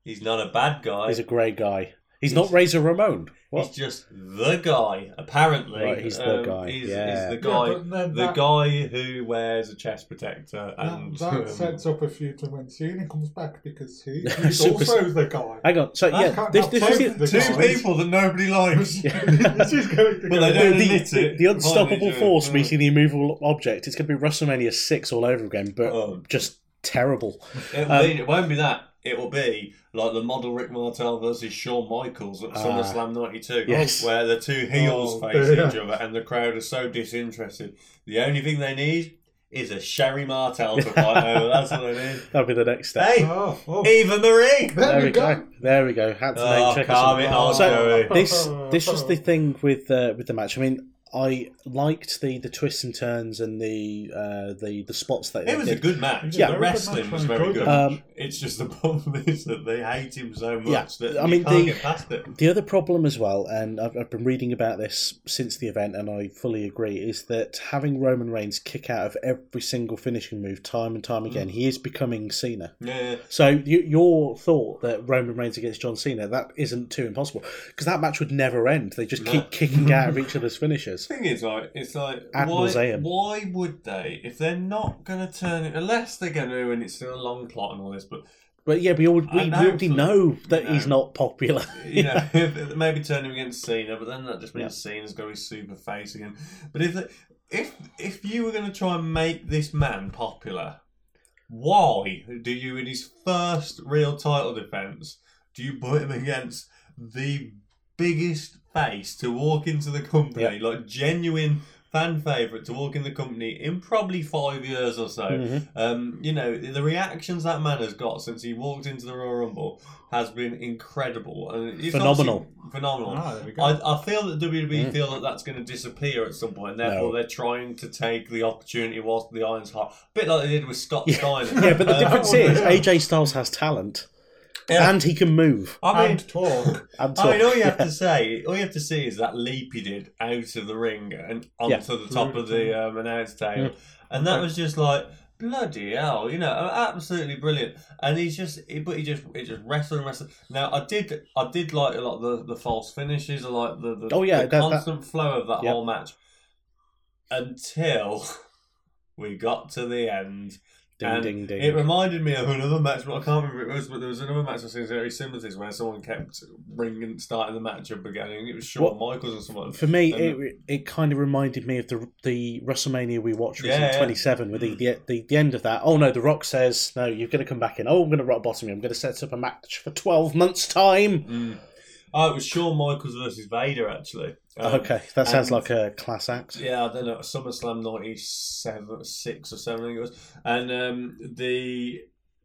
Speaker 2: he's not a bad guy,
Speaker 4: he's
Speaker 2: he's,
Speaker 4: a grey guy. He's, not Razor Ramon. What?
Speaker 2: just the guy, apparently. Um,
Speaker 4: Right, he's the guy,
Speaker 2: He's,
Speaker 4: yeah.
Speaker 2: he's the guy.
Speaker 3: but then
Speaker 2: the
Speaker 3: that,
Speaker 2: guy who wears a chest protector and
Speaker 3: that, that
Speaker 2: um,
Speaker 3: sets up a future when Cena comes back because he,
Speaker 4: Super-
Speaker 3: he's also the guy.
Speaker 4: Hang on. So
Speaker 2: That
Speaker 4: yeah,
Speaker 3: can't-
Speaker 4: this,
Speaker 3: that's
Speaker 4: this is
Speaker 3: so-
Speaker 4: the,
Speaker 2: two
Speaker 3: guy.
Speaker 2: people that nobody likes.
Speaker 3: It's just going to
Speaker 2: But
Speaker 3: go.
Speaker 2: they
Speaker 4: the,
Speaker 2: don't
Speaker 4: the-
Speaker 2: admit it.
Speaker 4: the unstoppable
Speaker 2: Finally,
Speaker 4: force
Speaker 2: yeah.
Speaker 4: meeting the immovable object. It's going to be WrestleMania six all over again, but
Speaker 2: Um,
Speaker 4: just terrible.
Speaker 2: It'll
Speaker 4: Um,
Speaker 2: be, it won't be that. It will be like the model Rick Martel versus Shawn Michaels at
Speaker 4: Ah.
Speaker 2: SummerSlam 92,
Speaker 4: Yes.
Speaker 2: where the two heels
Speaker 3: Oh,
Speaker 2: face
Speaker 3: dear.
Speaker 2: each other and the crowd are so disinterested. The only thing they need is a Sherry Martel to fight over. That's what they need.
Speaker 4: That'll be the next step.
Speaker 2: Hey,
Speaker 3: Oh, oh.
Speaker 2: Eva Marie!
Speaker 3: There,
Speaker 4: there
Speaker 3: we go.
Speaker 4: There we go. Had to
Speaker 2: Oh,
Speaker 4: name check us
Speaker 2: calm
Speaker 4: all.
Speaker 2: it on,
Speaker 4: So-
Speaker 2: Joey.
Speaker 4: this this was the thing with uh, with the match. I mean, I liked the the twists and turns and the uh, the the spots that
Speaker 2: It was
Speaker 4: did.
Speaker 2: a good match.
Speaker 4: Yeah.
Speaker 2: the wrestling was very good.
Speaker 4: Um,
Speaker 2: it's just the problem is that they hate him so much
Speaker 4: Yeah.
Speaker 2: that
Speaker 4: I
Speaker 2: you
Speaker 4: mean,
Speaker 2: can't
Speaker 4: the-
Speaker 2: get past it.
Speaker 4: The other problem as well, and I've, I've been reading about this since the event, and I fully agree, is that having Roman Reigns kick out of every single finishing move time and time
Speaker 2: Mm.
Speaker 4: again, he is becoming Cena.
Speaker 2: Yeah.
Speaker 4: So you, your thought that Roman Reigns against John Cena that isn't too impossible because that match would never end. They just
Speaker 2: No.
Speaker 4: keep kicking out of each other's finishes.
Speaker 2: thing is, like, it's like
Speaker 4: Ad
Speaker 2: why,
Speaker 4: nauseam.
Speaker 2: why would they if they're not going to turn it unless they're going to and it's still a long plot and all this, but
Speaker 4: But yeah, we all we
Speaker 2: I know,
Speaker 4: already
Speaker 2: so-
Speaker 4: know that
Speaker 2: No.
Speaker 4: he's not popular.
Speaker 2: you know if- maybe turn him against Cena, but then that just means Cena's going to be super face again. But if if if you were going to try and make this man popular, why do you in his first real title defense do you put him against the biggest face to walk into the company, like genuine fan favorite to walk in the company in probably five years or so?
Speaker 4: Mhm.
Speaker 2: Um, you know, the reactions that man has got since he walked into the Royal Rumble has been incredible. And it's
Speaker 4: Phenomenal.
Speaker 2: obviously Phenomenal.
Speaker 3: Ah, there we go.
Speaker 2: Oh, I, I feel that WWE feel that that's going to disappear at some point, and therefore
Speaker 4: Mm. No.
Speaker 2: they're trying to take the opportunity whilst the iron's hot. A bit like they did with Scott
Speaker 4: Yeah.
Speaker 2: Steiner.
Speaker 4: Yeah, but the
Speaker 2: Uh,
Speaker 4: difference is AJ Styles has talent
Speaker 2: Yeah.
Speaker 4: and he can move.
Speaker 2: I mean,
Speaker 3: and talk.
Speaker 4: And
Speaker 2: I mean, all
Speaker 4: talk.
Speaker 2: you have to say, all you have to see is that leap he did out of the ring and onto
Speaker 4: Yeah.
Speaker 2: the top of the um, announce table, and that was just like bloody hell, you know, absolutely brilliant. And he's just, he, but he just, he just wrestled and wrestled. Now, I did, I did like a lot of the, the false finishes, I like the, the
Speaker 4: Oh, yeah,
Speaker 2: the
Speaker 4: that- that-
Speaker 2: constant flow of that
Speaker 4: Yeah.
Speaker 2: whole match until we got to the end.
Speaker 4: ding
Speaker 2: And
Speaker 4: ding ding.
Speaker 2: It reminded me of another match, but I can't remember it was. But there was another match I've seen very similar to this, where someone kept ringing, starting the match up again. and It was Shawn Michaels or someone.
Speaker 4: For me,
Speaker 2: And-
Speaker 4: it it kind of reminded me of the the WrestleMania we watched was
Speaker 2: Yeah,
Speaker 4: in
Speaker 2: yeah.
Speaker 4: 27 with the, the the the end of that. Oh no, The Rock says no. You're going to come back in. Oh, I'm going to rock bottom you. I'm going to set up a match for 12 months time.
Speaker 2: Mm. Oh, it was Shawn Michaels versus Vader actually. Um,
Speaker 4: okay, that sounds
Speaker 2: and-
Speaker 4: like a class act.
Speaker 2: Yeah, I don't know, SummerSlam '97, six or seven, I think it was, and um, the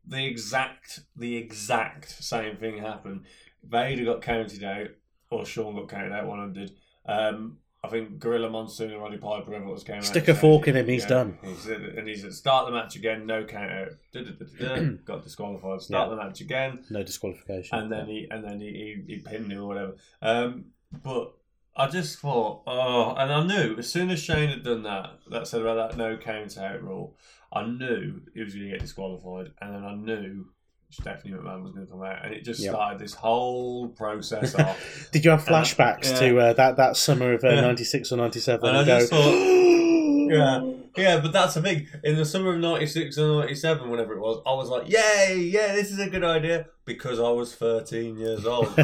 Speaker 2: the exact the exact same thing happened. Vader got counted out, or Sean got counted out. One of them did. Um, I think Gorilla Monsoon and Roddy Piper, whoever it was, came out.
Speaker 4: Stick a fork in him, he's done.
Speaker 2: He's, and he's at start the match again, no count out. Da-da-da-da-da, got disqualified. Start the match again,
Speaker 4: No disqualification.
Speaker 2: and then he and then he, he, he pinned him or whatever. Um, but I just thought, oh, and I knew as soon as Shane had done that, that said about that no count out rule, I knew he was going to get disqualified, and then I knew Stephanie McMahon was going to come out, and it just
Speaker 4: Yeah.
Speaker 2: started this whole process off.
Speaker 4: Did you have flashbacks
Speaker 2: Yeah.
Speaker 4: to uh, that that summer of uh,
Speaker 2: Yeah.
Speaker 4: 96 or 97?
Speaker 2: And I
Speaker 4: and go,
Speaker 2: just thought, yeah, yeah, but that's the thing. In the summer of '96 or '97, whenever it was, I was like, yay, yeah, this is a good idea because I was 13 years old.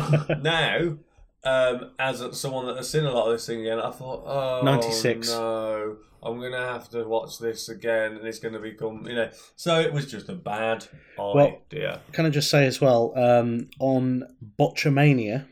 Speaker 2: now, um, as a- someone that has seen a lot of this thing again, I thought, oh,
Speaker 4: 96.
Speaker 2: no, I'm going to have to watch this again and it's going to become, you know. So it was just a bad
Speaker 4: Well-
Speaker 2: idea.
Speaker 4: Can I just say as well um, on Botchamania,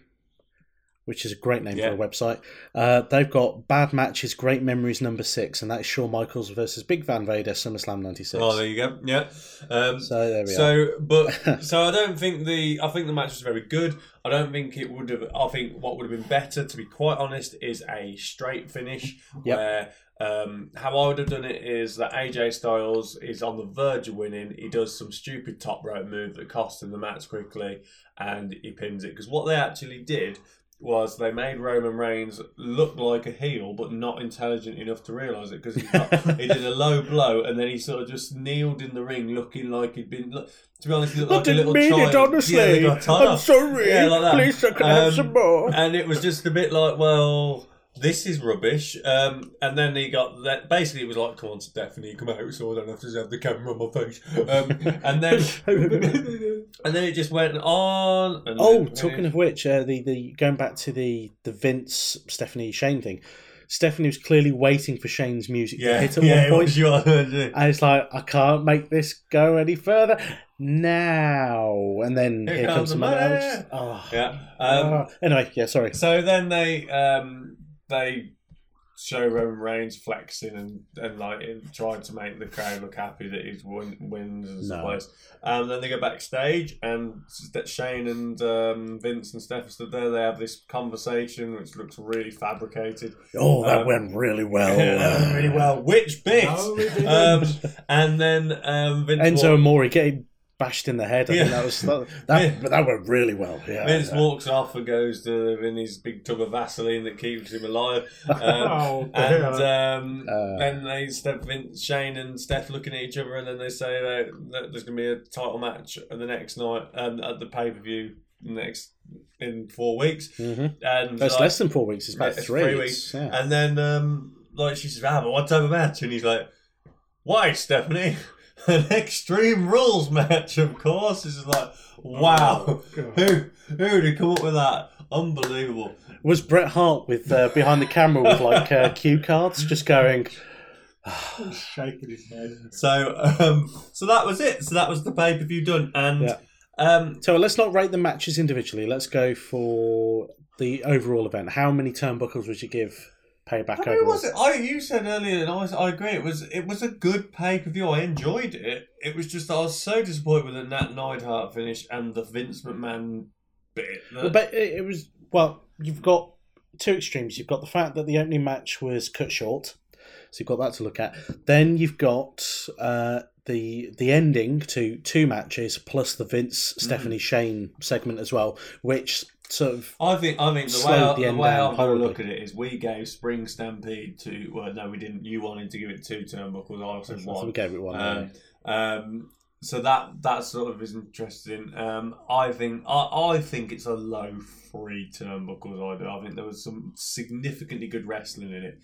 Speaker 4: which is a great name
Speaker 2: Yeah.
Speaker 4: for a website, uh, they've got Bad Matches, Great Memories number six, and that's Shawn Michaels versus Big Van Vader, SummerSlam 96.
Speaker 2: oh, there you go. Yeah. Um,
Speaker 4: so there we are.
Speaker 2: so, but so I don't think the I think the match was very good. I don't think it would have. I think what would have been better, to be quite honest, is a straight finish
Speaker 4: Yep.
Speaker 2: where. Um, how I would have done it is that AJ Styles is on the verge of winning. He does some stupid top rope move that costs him the match quickly, and he pins it. Because what they actually did was they made Roman Reigns look like a heel, but not intelligent enough to realise it. Because he, got- he did a low blow, and then he sort of just kneeled in the ring, looking like he'd been. look- To be honest, he looked
Speaker 4: I
Speaker 2: like a
Speaker 4: didn't
Speaker 2: little
Speaker 4: mean
Speaker 2: child.
Speaker 4: it, honestly.
Speaker 2: Yeah, they got tied
Speaker 4: I'm
Speaker 2: up.
Speaker 4: sorry.
Speaker 2: Yeah, like that.
Speaker 4: Please, I can have
Speaker 2: Um,
Speaker 4: some more.
Speaker 2: And it was just a bit like, well, this is rubbish. Um, and then he got that. Basically, it was like, come on, Stephanie, come out, so I don't have to have the camera on my face. Um, and then, and then it just went on. And
Speaker 4: Oh,
Speaker 2: then-
Speaker 4: talking of which, uh, the the going back to the the Vince Stephanie Shane thing, Stephanie was clearly waiting for Shane's music to
Speaker 2: yeah,
Speaker 4: hit at
Speaker 2: yeah,
Speaker 4: one point.
Speaker 2: It was your,
Speaker 4: And it's like I can't make this go any further now. And then
Speaker 2: Here
Speaker 4: here,
Speaker 2: comes
Speaker 4: comes
Speaker 2: the
Speaker 4: someone
Speaker 2: money.
Speaker 4: else. Oh,
Speaker 2: yeah. Um,
Speaker 4: oh. Anyway, yeah, sorry.
Speaker 2: So then they um, they show Roman Reigns flexing and, and like in- trying to make the crowd look happy that he's won, wins and stuff
Speaker 4: No.
Speaker 2: like this. And then they go backstage and S- Shane and um, Vince and Steph stood there. They have this conversation which looks really fabricated.
Speaker 4: Oh, that
Speaker 2: um,
Speaker 4: went really well. Oh,
Speaker 2: Yeah, really well. Which bit?
Speaker 3: No, we didn't.
Speaker 2: um, and then um, Vince walked-
Speaker 4: Enzo and Mori getting bashed in the head. I
Speaker 2: Yeah.
Speaker 4: think that was that. that,
Speaker 2: Yeah.
Speaker 4: that went really well. Yeah.
Speaker 2: Vince walks off and goes to him in his big tub of Vaseline that keeps him alive. Um,
Speaker 3: oh,
Speaker 2: and
Speaker 3: dear.
Speaker 2: um,
Speaker 4: Uh.
Speaker 2: then they step Vince, Shane and Steph looking at each other, and then they say that, that there's going to be a title match at the next night um, at the pay per view next in four weeks.
Speaker 4: hmm
Speaker 2: And
Speaker 4: That's
Speaker 2: like,
Speaker 4: less than four weeks. It's about
Speaker 2: it's
Speaker 4: three.
Speaker 2: three
Speaker 4: It's- yeah.
Speaker 2: and then um, like she says, "Ah, but what type of match?" And he's like, "Why, Stephanie?" An extreme rules match, of course. This is like, wow,
Speaker 3: Oh, God.
Speaker 2: who who'd have come up with that? Unbelievable.
Speaker 4: Was Bret Hart with uh, behind the camera with like uh, cue cards, just going?
Speaker 3: shaking his head.
Speaker 2: So um, so that was it. So that was the pay per view done, and
Speaker 4: Yeah.
Speaker 2: um,
Speaker 4: So let's not rate the matches individually. Let's go for the overall event. How many turnbuckles would you give Payback
Speaker 2: I mean, it
Speaker 4: overall?
Speaker 2: was it? I you said earlier, and I, was, I agree. It was it was a good pay per view. I enjoyed it. It was just I was so disappointed with the Nat Neidhart finish and the Vince McMahon bit. that-
Speaker 4: Well, But it, it was well. You've got two extremes. You've got the fact that the opening match was cut short, so you've got that to look at. Then you've got uh, the the ending to two matches plus the Vince
Speaker 2: Mm-hmm.
Speaker 4: Stephanie Shane segment as well, which sort of
Speaker 2: I think I think the way
Speaker 4: slowed
Speaker 2: I,
Speaker 4: the
Speaker 2: the
Speaker 4: end
Speaker 2: way
Speaker 4: down
Speaker 2: I'm going to
Speaker 4: horribly.
Speaker 2: look at it is we gave Spring Stampede to well no we didn't you wanted to give it two turnbuckles I said
Speaker 4: I think we
Speaker 2: one
Speaker 4: gave it one.
Speaker 2: um, um, so that that sort of is interesting um, I think I, I think it's a low three turnbuckles I do I think there was some significantly good wrestling in it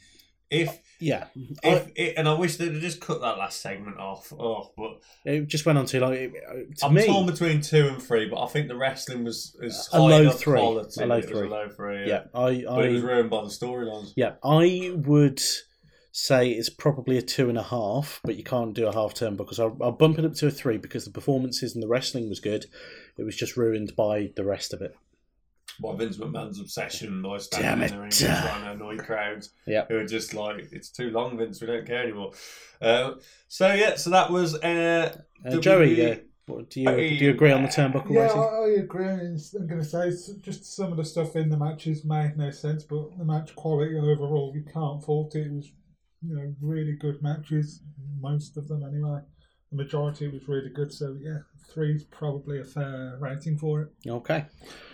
Speaker 2: if
Speaker 4: yeah,
Speaker 2: if it, and I wish they'd have just cut that last segment off oh but
Speaker 4: it just went on too long. It, to
Speaker 2: I'm
Speaker 4: me,
Speaker 2: torn between two and three but I think the wrestling was is
Speaker 4: A
Speaker 2: high
Speaker 4: low
Speaker 2: enough
Speaker 4: three.
Speaker 2: quality
Speaker 4: A low
Speaker 2: that it was
Speaker 4: three.
Speaker 2: a low three
Speaker 4: yeah, I,
Speaker 2: but it was
Speaker 4: I
Speaker 2: ruined by the storylines.
Speaker 4: Yeah, I would say it's probably a two and a half, but you can't do a half turn because I'll, I'll bump it up to a three because the performances and the wrestling was good. It was just ruined by the rest of it.
Speaker 2: By Vince McMahon's obsession by
Speaker 4: Damn
Speaker 2: standing in the
Speaker 4: it.
Speaker 2: ring and trying to annoy crowds
Speaker 4: Yep.
Speaker 2: who are just like, it's too long, Vince, we don't care anymore. Uh, so, yeah, so that was. Uh,
Speaker 4: Uh,
Speaker 2: W-
Speaker 4: Joey, uh, what, do you do you agree on the turnbuckle
Speaker 3: Yeah,
Speaker 4: rating?
Speaker 3: I, I agree. It's- I'm going to say s- just some of the stuff in the matches made no sense, but the match quality overall, you can't fault it. It was, you know, really good matches, most of them anyway. The majority was really good, so yeah, three's probably a fair rating for it.
Speaker 4: Okay,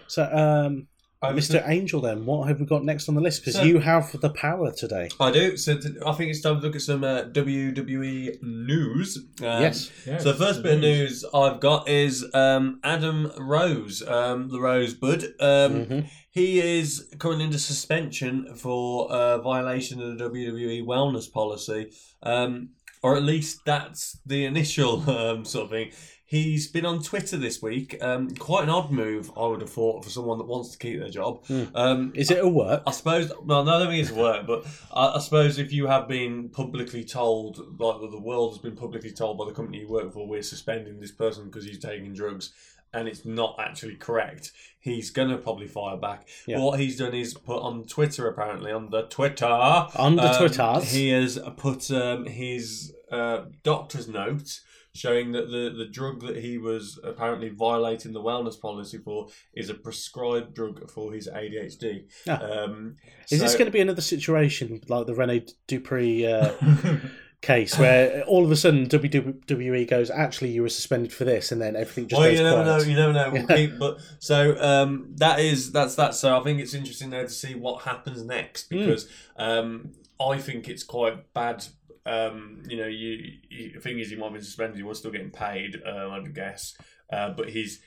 Speaker 4: so um,
Speaker 2: over to-
Speaker 4: Mr. Angel, then what have we got next on the list? Because
Speaker 2: So-
Speaker 4: you have the power today.
Speaker 2: I do. So, th- I think it's time to look at some uh, WWE news. Um,
Speaker 4: yes.
Speaker 2: So the first bit of news I've got is um, Adam Rose, um, the Rosebud. Um,
Speaker 4: Mhm.
Speaker 2: He is currently under suspension for uh, violation of the E WWE wellness policy, um, or at least that's the initial um, sort of thing. He's been on Twitter this week. Um, quite an odd move, I would have thought, for someone that wants to keep their job. Um,
Speaker 4: Is it a work?
Speaker 2: I suppose. Well, no, I don't think it's work, but I, I suppose if you have been publicly told, like the world has been publicly told by the company you work for, we're suspending this person because he's taking drugs, and it's not actually correct, he's gonna probably fire back.
Speaker 4: Yeah.
Speaker 2: What he's done is put on Twitter, apparently on the Twitter, on
Speaker 4: the Twitters.
Speaker 2: um, he has put um, his uh, doctor's note. Showing that the, the drug that he was apparently violating the wellness policy for is a prescribed drug for his ADHD.
Speaker 4: Ah.
Speaker 2: Um,
Speaker 4: Is this
Speaker 2: so-
Speaker 4: going to be another situation like the Rene Dupree uh, case where all of a sudden WWE goes, actually, you were suspended for this, and then everything just
Speaker 2: Well,
Speaker 4: goes
Speaker 2: you never know.
Speaker 4: quiet?
Speaker 2: You never know. We'll keep, but so um, that is that's that. So I think it's interesting though to see what happens next
Speaker 4: Hmm.
Speaker 2: because um, I think it's quite bad. Um, you know, you, you the thing is, he might be suspended. He was still getting paid, um, I would guess, uh, but he's.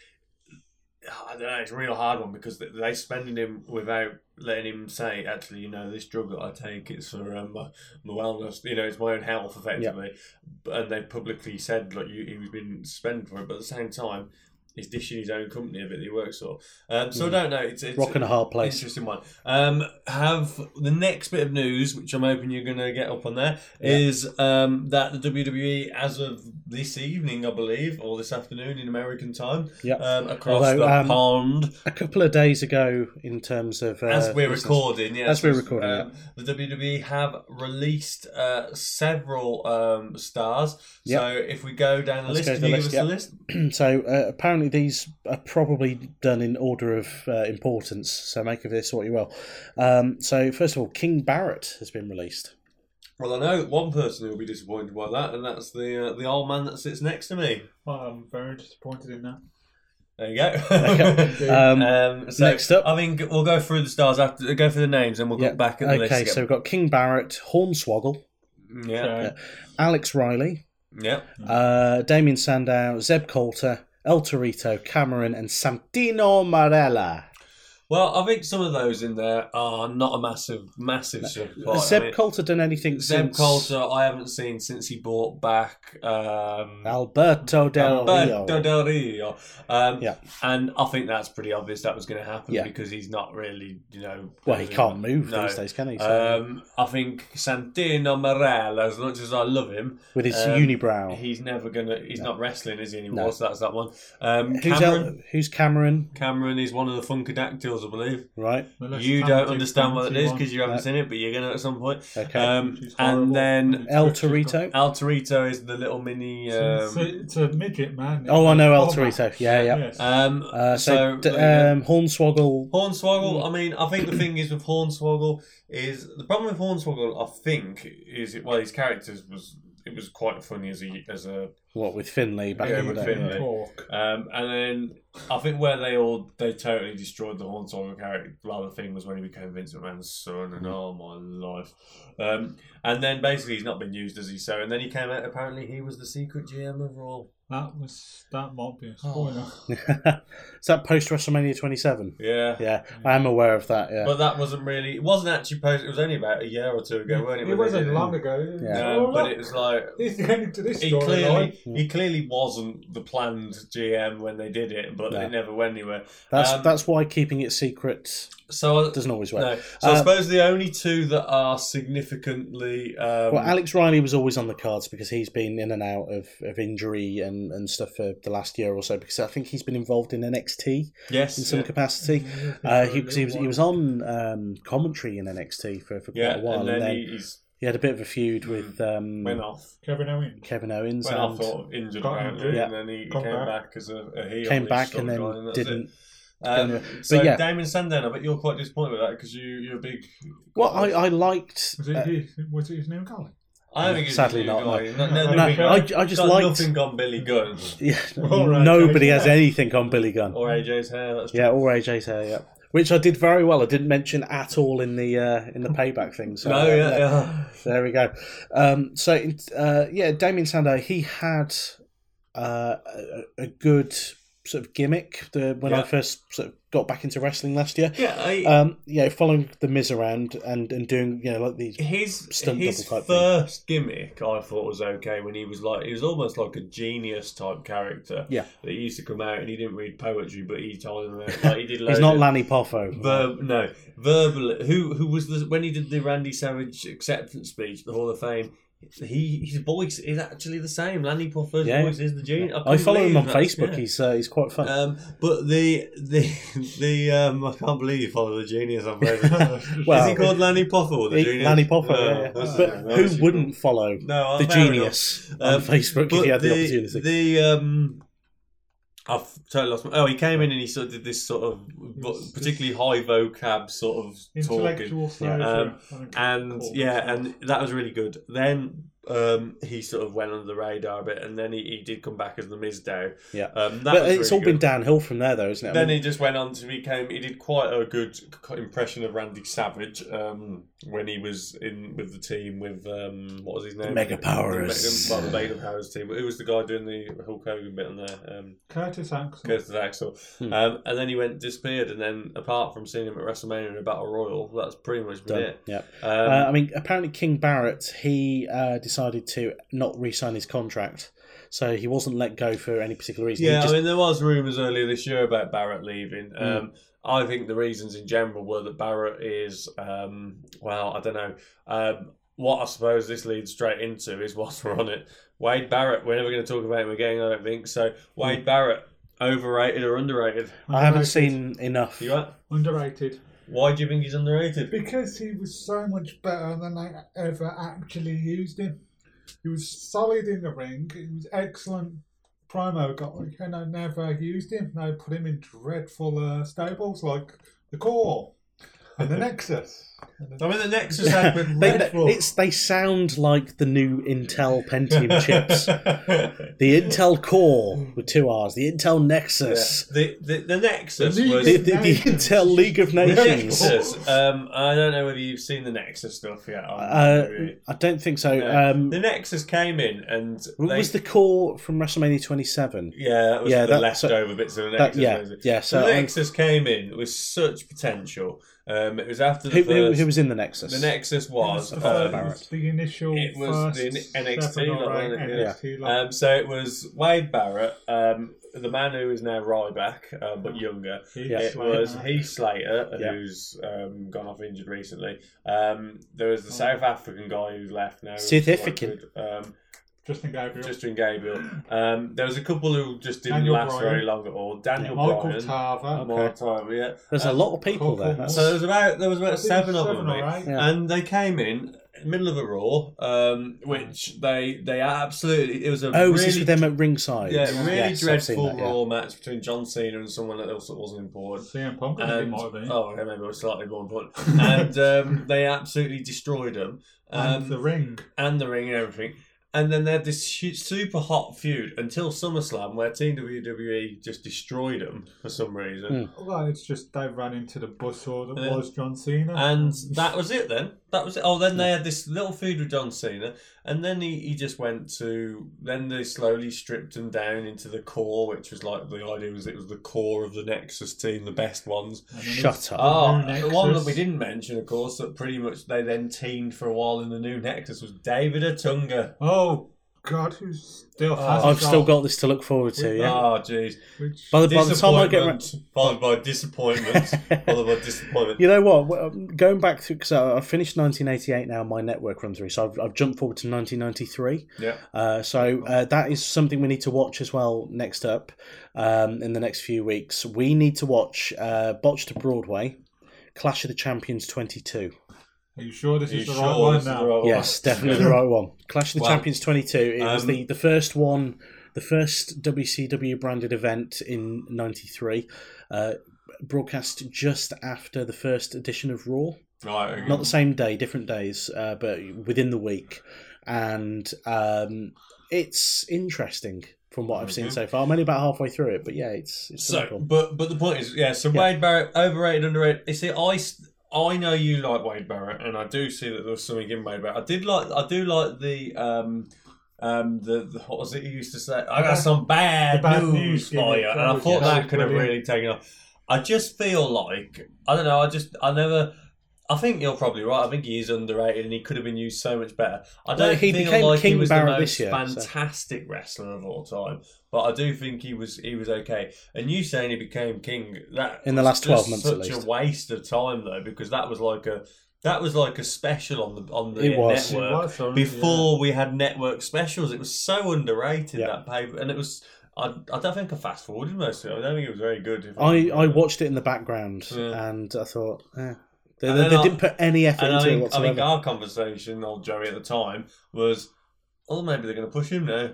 Speaker 2: I don't know. It's a real hard one because they- they suspended him without letting him say, actually, you know, this drug that I take is for um, my, my wellness. You know, it's my own health, effectively. and they publicly said like you, he was being suspended for it, but at the same time, he's dishing his own company of it that he works for. Um, so I don't know. It's, it's
Speaker 4: Rocking Hmm. a hard place.
Speaker 2: Interesting one. Um, have the next bit of news, which I'm hoping you're going to get up on there, is um, that the WWE, as of this evening, I believe, or this afternoon in American time,
Speaker 4: Yep.
Speaker 2: um, across
Speaker 4: Although,
Speaker 2: the
Speaker 4: um,
Speaker 2: pond,
Speaker 4: a couple of days ago, in terms of. Uh,
Speaker 2: as we're
Speaker 4: business-
Speaker 2: recording, yeah,
Speaker 4: As we're
Speaker 2: so,
Speaker 4: recording,
Speaker 2: um, the WWE have released uh, several um, stars.
Speaker 4: Yep.
Speaker 2: So if we go down the
Speaker 4: Let's
Speaker 2: list,
Speaker 4: go
Speaker 2: can
Speaker 4: to the
Speaker 2: you
Speaker 4: list,
Speaker 2: give us the list?
Speaker 4: so uh, apparently these are probably done in order of uh, importance, so make of this what you will. Um, so, first of all, King Barrett has been released.
Speaker 2: Well, I know one person who will be disappointed by that, and that's the uh, the old man that sits next to me.
Speaker 3: I'm very disappointed in that.
Speaker 2: There you go.
Speaker 4: Okay. Um,
Speaker 2: Um, so
Speaker 4: next up.
Speaker 2: I think we'll go through the stars after, go through the names, and we'll
Speaker 4: Yeah,
Speaker 2: look back at the
Speaker 4: okay,
Speaker 2: list. again.
Speaker 4: so we've got King Barrett, Hornswoggle,
Speaker 2: yeah,
Speaker 3: So,
Speaker 4: Alex Riley,
Speaker 2: yeah.
Speaker 4: Uh, Damien Sandow, Zeb Coulter, El Torito, Cameron, and Santino Marella.
Speaker 2: Well, I think some of those in there are not a massive, massive surprise.
Speaker 4: Has Zeb
Speaker 2: I mean,
Speaker 4: Coulter done anything
Speaker 2: Zeb
Speaker 4: since
Speaker 2: Coulter, I haven't seen since he bought back um,
Speaker 4: Alberto Del Rio?
Speaker 2: Alberto Del Rio. Um,
Speaker 4: Yeah.
Speaker 2: And I think that's pretty obvious that was going to happen
Speaker 4: Yeah.
Speaker 2: because he's not really, you know. um,
Speaker 4: well, he can't move
Speaker 2: No.
Speaker 4: these days, can he? So,
Speaker 2: Um, I think Santino Morel, as much as I love him,
Speaker 4: with his
Speaker 2: um,
Speaker 4: unibrow.
Speaker 2: he's never gonna. He's not wrestling, is he anymore?
Speaker 4: Oh. No.
Speaker 2: So that's that one. Um,
Speaker 4: who's,
Speaker 2: Cameron.
Speaker 4: El- who's Cameron?
Speaker 2: Cameron is one of the Funkadactyls, I believe.
Speaker 4: Right.
Speaker 3: unless
Speaker 2: you
Speaker 3: Tam
Speaker 2: don't
Speaker 3: do
Speaker 2: understand what it
Speaker 3: fancy
Speaker 2: is
Speaker 3: one.
Speaker 2: because you haven't
Speaker 4: No.
Speaker 2: seen it, but you're gonna at some point.
Speaker 4: Okay.
Speaker 2: Um,
Speaker 3: She's horrible.
Speaker 2: and then
Speaker 3: She's
Speaker 4: El
Speaker 3: got- she's got-
Speaker 4: Torito.
Speaker 2: Altarito is the little mini.
Speaker 3: It's, a,
Speaker 2: Um,
Speaker 3: it's a midget man.
Speaker 4: Oh, I know El
Speaker 3: Oh, man.
Speaker 4: Torito. Yeah, yeah.
Speaker 3: Yes.
Speaker 2: um,
Speaker 4: Uh, so, d-
Speaker 2: there you go.
Speaker 4: um, Hmm. Hornswoggle.
Speaker 2: Hornswoggle. I mean, I think the thing is with Hornswoggle is the problem with Hornswoggle. I think is it, well, his characters was it was quite funny as a as a
Speaker 4: What with Finlay back
Speaker 2: Yeah,
Speaker 4: in the
Speaker 2: with
Speaker 4: day?
Speaker 2: Finlay.
Speaker 3: Talk.
Speaker 2: um, and then I think where they all they totally destroyed the Hornswoggle character. Rather thing was when he became Vince McMahon's son, and oh my life. Um, and then basically he's not been used as he so, and then he came out. Apparently he was the secret GM of Raw.
Speaker 3: That was that might be a spoiler.
Speaker 4: Is that post WrestleMania 27?
Speaker 2: Yeah.
Speaker 4: Yeah, I am aware of that. Yeah.
Speaker 2: But that wasn't really. It wasn't actually posted. It was only about a year or two ago, weren't it? when
Speaker 3: it
Speaker 2: they
Speaker 3: wasn't
Speaker 2: did
Speaker 3: long ago.
Speaker 4: Yeah.
Speaker 2: No, but it was like
Speaker 3: He's getting to this
Speaker 2: he
Speaker 3: storyline.
Speaker 2: clearly he clearly wasn't the planned GM when they did it, but
Speaker 4: No.
Speaker 2: it never went anywhere.
Speaker 4: that's
Speaker 2: um,
Speaker 4: that's why keeping it secret
Speaker 2: So I,
Speaker 4: doesn't always work.
Speaker 2: no. So
Speaker 4: Um,
Speaker 2: I suppose the only two that are significantly um,
Speaker 4: Well, Alex Riley was always on the cards because he's been in and out of, of injury and, and stuff for the last year or so. Because I think he's been involved in NXT in
Speaker 2: yes,
Speaker 4: some
Speaker 2: yeah. Mm-hmm.
Speaker 4: capacity. Uh, he, 'cause he was he was on um, commentary in NXT for, for quite
Speaker 2: Yeah,
Speaker 4: a while,
Speaker 2: and then, he, he's
Speaker 4: he had a bit of a feud with um,
Speaker 2: went off,
Speaker 3: Kevin Owens.
Speaker 4: Kevin Owens
Speaker 2: went off
Speaker 4: and
Speaker 2: sort of injured
Speaker 3: Got
Speaker 2: apparently,
Speaker 3: injured.
Speaker 4: Yeah.
Speaker 2: and then he, he
Speaker 3: Come
Speaker 2: came back.
Speaker 3: back.
Speaker 2: as a, a heel.
Speaker 4: came
Speaker 2: which
Speaker 4: back
Speaker 2: sort
Speaker 4: and
Speaker 2: of
Speaker 4: then
Speaker 2: guy, and that's it.
Speaker 4: didn't.
Speaker 2: Um,
Speaker 4: anyway,
Speaker 2: so
Speaker 4: yeah.
Speaker 2: Damon Sandown, I bet you're quite disappointed with that because you you're a big.
Speaker 4: Well, I, I liked.
Speaker 3: Was it,
Speaker 4: uh,
Speaker 3: his, was it his new guy?
Speaker 2: I don't think it's
Speaker 4: Sadly
Speaker 2: you
Speaker 4: not, no.
Speaker 2: guy. No, no,
Speaker 4: no,
Speaker 2: we-
Speaker 4: I, I just
Speaker 2: got
Speaker 4: liked.
Speaker 2: nothing on Billy Gunn
Speaker 4: Yeah,
Speaker 3: All right,
Speaker 4: nobody
Speaker 3: okay.
Speaker 4: has anything on Billy Gunn.
Speaker 2: or AJ's hair. That's
Speaker 4: Yeah, or AJ's hair. Yeah, which I did very well. I didn't mention at all in the uh, in the payback thing. So
Speaker 2: No,
Speaker 4: uh,
Speaker 2: yeah, yeah.
Speaker 4: There we go. Um, so, in- uh, yeah, Damien Sandow, he had uh, a, a good sort of gimmick the, when I
Speaker 2: Yeah.
Speaker 4: first sort of got back into wrestling last year.
Speaker 2: Yeah, I,
Speaker 4: Um, you know, following the Miz around and, and doing you know like these
Speaker 2: his
Speaker 4: stunt
Speaker 2: his
Speaker 4: double type thing.
Speaker 2: first gimmick I thought was okay when he was like he was almost like a genius type character.
Speaker 4: Yeah.
Speaker 2: that he used to come out and he didn't read poetry, but he told them that, like he did.
Speaker 4: He's
Speaker 2: loads
Speaker 4: not
Speaker 2: of-
Speaker 4: Lanny Poffo.
Speaker 2: Verb, no, verbal. Who who was the when he did the Randy Savage acceptance speech at the Hall of Fame? He his voice is actually the same. Lanny Poffer's
Speaker 4: Yeah.
Speaker 2: voice is the genius.
Speaker 4: I
Speaker 2: couldn't
Speaker 4: follow him
Speaker 2: believe
Speaker 4: on
Speaker 2: that,
Speaker 4: Facebook.
Speaker 2: yeah.
Speaker 4: He's uh, he's quite fun.
Speaker 2: Um, but the the the um, I can't believe you follow the genius on Facebook.
Speaker 4: Well-
Speaker 2: is he called Lanny Poffer or the
Speaker 4: He-
Speaker 2: genius?
Speaker 4: Lanny Poffo.
Speaker 2: No,
Speaker 4: yeah, yeah.
Speaker 2: that's-
Speaker 4: But
Speaker 2: that's-
Speaker 4: who wouldn't follow
Speaker 2: No,
Speaker 4: the
Speaker 2: Oh, fair enough.
Speaker 4: genius on
Speaker 2: Um,
Speaker 4: Facebook if
Speaker 2: But
Speaker 4: he had the,
Speaker 2: the
Speaker 4: opportunity?
Speaker 2: the, um, I've totally lost my. Oh, he came in and he sort of did this sort of vo- particularly high vocab sort of talking.
Speaker 3: Intellectual
Speaker 4: Yeah,
Speaker 3: flavour,
Speaker 2: um,
Speaker 3: I think it's
Speaker 2: and
Speaker 3: called.
Speaker 2: yeah, and that was really good. Then um, he sort of went under the radar a bit, and then he, he did come back as the Mizdow.
Speaker 4: Yeah.
Speaker 2: um, that
Speaker 4: but
Speaker 2: was
Speaker 4: it's
Speaker 2: really
Speaker 4: all been
Speaker 2: good.
Speaker 4: downhill from there, though, isn't it? I
Speaker 2: Then
Speaker 4: mean,
Speaker 2: he just went on to become. He did quite a good c- impression of Randy Savage um, when he was in with the team with um, what was his name?
Speaker 4: Mega Powers.
Speaker 2: The Mega, well, the Mega Powers team. Who was the guy doing the Hulk Hogan bit on there? Um,
Speaker 3: Curtis Axel.
Speaker 2: Curtis Axel.
Speaker 4: Hmm.
Speaker 2: Um, and then he went disappeared. And then apart from seeing him at WrestleMania in a Battle Royal, that's pretty much been
Speaker 4: done.
Speaker 2: it.
Speaker 4: Yeah.
Speaker 2: Um,
Speaker 4: uh, I mean, apparently King Barrett he uh, decided to not re-sign his contract, so he wasn't let go for any particular reason. He
Speaker 2: Yeah,
Speaker 4: just-
Speaker 2: I mean, there was rumours earlier this year about Barrett leaving. Um, I think the reasons in general were that Barrett is, um, well, I don't know. Um, what I suppose this leads straight into is whilst we're on it, Wade Barrett. We're never going to talk about him again, I don't think. So, Wade Barrett, overrated or underrated?
Speaker 4: I haven't seen enough.
Speaker 2: You right?
Speaker 3: Underrated.
Speaker 2: Why do you think he's underrated?
Speaker 3: Because he was so much better than I ever actually used him. He was solid in the ring. He was excellent promo guy, and I never used him. And I put him in dreadful uh, stables like the Core and the Nexus. And
Speaker 2: I
Speaker 3: the-
Speaker 2: mean, the Nexus
Speaker 4: Yeah,
Speaker 2: had
Speaker 4: they,
Speaker 2: been
Speaker 4: they- it's, they sound like the new Intel Pentium chips. The Intel Core with two R's. The Intel Nexus.
Speaker 2: The, the, the Nexus
Speaker 3: The
Speaker 2: was
Speaker 4: The, the, the
Speaker 3: Nations.
Speaker 4: Intel League of
Speaker 2: The
Speaker 4: Nations.
Speaker 2: Nexus. Um, I don't know whether you've seen the Nexus stuff yet.
Speaker 4: Uh,
Speaker 2: I'm-
Speaker 4: I don't think so.
Speaker 2: Yeah.
Speaker 4: Um,
Speaker 2: the Nexus came in and they,
Speaker 4: was the core from WrestleMania 27?
Speaker 2: yeah, that was
Speaker 4: Yeah,
Speaker 2: the
Speaker 4: that- so-
Speaker 2: leftover bits of the
Speaker 4: That,
Speaker 2: Nexus.
Speaker 4: yeah,
Speaker 2: wasn't it?
Speaker 4: yeah.
Speaker 2: So
Speaker 4: So
Speaker 2: the
Speaker 4: um,
Speaker 2: Nexus came in with such potential. Um, it was after the
Speaker 4: who, who,
Speaker 2: first.
Speaker 4: who was in the Nexus?
Speaker 2: the Nexus was.
Speaker 3: the,
Speaker 4: uh,
Speaker 3: first-
Speaker 2: um,
Speaker 4: Barrett.
Speaker 3: the initial
Speaker 2: It was the
Speaker 3: first
Speaker 2: NXT
Speaker 3: seven or
Speaker 2: lot,
Speaker 3: eight
Speaker 2: wasn't it?
Speaker 3: NXT lot.
Speaker 2: um, so it was Wade Barrett, um, the man who is now Ryback, uh, but younger.
Speaker 4: Yeah.
Speaker 2: It was Heath Slater,
Speaker 4: Yeah.
Speaker 2: who's um, gone off injured recently. Um, there was the
Speaker 3: Oh.
Speaker 2: South African guy who's left now. who's quite
Speaker 4: Significant.
Speaker 2: good. Um,
Speaker 3: Justin Gabriel.
Speaker 2: Justin Gabriel. Um, there was a couple who just didn't
Speaker 3: Daniel
Speaker 2: last
Speaker 3: Bryan.
Speaker 2: very long at all. Daniel
Speaker 3: Michael
Speaker 2: Bryan.
Speaker 3: Tarver.
Speaker 2: Michael Tarver, yeah.
Speaker 4: There's a lot of people
Speaker 3: Cool, cool.
Speaker 4: there. That's-
Speaker 2: So there was about there was
Speaker 3: I
Speaker 2: about
Speaker 3: think
Speaker 2: seven of them,
Speaker 3: seven or
Speaker 2: mate.
Speaker 3: eight.
Speaker 4: Yeah.
Speaker 2: and they came in middle of a Raw,
Speaker 3: Mm.
Speaker 2: um, which they they absolutely it was a
Speaker 4: oh, was this
Speaker 2: really
Speaker 4: with them at ringside?
Speaker 2: yeah really
Speaker 4: Yes, I've seen
Speaker 2: dreadful
Speaker 4: that, yeah.
Speaker 2: Raw match between John Cena and someone else that wasn't important.
Speaker 3: CM Punk. I think it
Speaker 2: And,
Speaker 3: might have been.
Speaker 2: oh, yeah, maybe it was slightly more important. and um, they absolutely destroyed them. Um,
Speaker 3: and the ring.
Speaker 2: and the ring and everything. And then they had this hu- super hot feud until SummerSlam, where Team WWE just destroyed them for some reason.
Speaker 3: Well, it's just they ran into the bussaw that
Speaker 2: Yeah.
Speaker 3: was John Cena.
Speaker 2: And that was it then. That was it. Oh, then they had this little feud with John Cena. And then he, he just went to. Then they slowly stripped him down into the core, which was like the idea was it was the core of the Nexus team, the best ones.
Speaker 3: And then
Speaker 4: Shut up.
Speaker 2: Oh,
Speaker 3: new Nexus.
Speaker 2: the one that we didn't mention, of course, that pretty much they then teamed for a while in the new Nexus was David Otunga.
Speaker 3: Oh God, who's still?
Speaker 2: Oh,
Speaker 3: has
Speaker 4: I've still got this to look forward to. Yeah.
Speaker 2: Oh, jeez.
Speaker 3: Which,
Speaker 4: by, the, by the time I
Speaker 2: disappointment,
Speaker 4: get, ra-
Speaker 2: followed by disappointment, followed by disappointment.
Speaker 4: you know what? Well, um, Going back through because I I finished 1988 now. My network run through, so I've, I've jumped forward to 1993.
Speaker 2: Yeah.
Speaker 4: Uh, so uh, that is something we need to watch as well next up um, in the next few weeks. We need to watch uh, Botch to Broadway, Clash of the Champions 22.
Speaker 3: are you sure this
Speaker 2: Are you
Speaker 3: is the
Speaker 2: sure
Speaker 3: right one
Speaker 2: this is the
Speaker 3: now?
Speaker 2: right one?
Speaker 4: yes, definitely the right one. Clash of the
Speaker 2: Wow.
Speaker 4: Champions 22. It was
Speaker 2: Um,
Speaker 4: the, the first one, the first WCW branded event in 93, uh, broadcast just after the first edition of Raw
Speaker 2: Right. okay.
Speaker 4: not the same day, different days, uh, but within the week, and um, it's interesting from what I've seen
Speaker 2: Okay.
Speaker 4: so far. I'm only about halfway through it, but yeah, it's it's
Speaker 2: So,
Speaker 4: cool.
Speaker 2: but but the point is, yeah. So
Speaker 4: Yeah.
Speaker 2: Wade Barrett, overrated, underrated. You see, I s- I know you like Wade Barrett, and I do see that there was something in Wade Barrett. I did like I do like the um um, the, the what was it he used to say? I got some bad,
Speaker 3: the bad
Speaker 2: news
Speaker 3: news
Speaker 2: for
Speaker 3: gimmick
Speaker 2: you, and I
Speaker 3: was-
Speaker 2: thought
Speaker 3: yeah,
Speaker 2: that could have
Speaker 3: brilliant.
Speaker 2: really taken off. I just feel like I don't know. I just I never. I think you're probably right. I think he is underrated, and he could have been used so much better. I don't
Speaker 4: Well, he
Speaker 2: feel
Speaker 4: became
Speaker 2: like he
Speaker 4: King
Speaker 2: was the
Speaker 4: Barrett
Speaker 2: most
Speaker 4: this year, so-
Speaker 2: fantastic wrestler of all time, but I do think he was he was okay. And you saying he became king that
Speaker 4: In the
Speaker 2: was
Speaker 4: last 12
Speaker 2: just
Speaker 4: months at
Speaker 2: such
Speaker 4: least.
Speaker 2: a waste of time though, because that was like a that was like a special on the on the
Speaker 4: It was.
Speaker 2: network
Speaker 3: It was, sorry,
Speaker 2: before we had network specials. It was so underrated
Speaker 4: Yeah.
Speaker 2: that paper, and it was. I, I don't think I fast forwarded most of it. I don't think it was very good. if
Speaker 4: I, I watched it in the background
Speaker 2: Yeah.
Speaker 4: and I thought, eh. they,
Speaker 2: And
Speaker 4: they,
Speaker 2: then
Speaker 4: they
Speaker 2: I-
Speaker 4: didn't put any effort
Speaker 2: And I
Speaker 4: into it
Speaker 2: think, I
Speaker 4: whatsoever.
Speaker 2: think our conversation, old Joey at the time, was, oh, maybe they're going to push him now.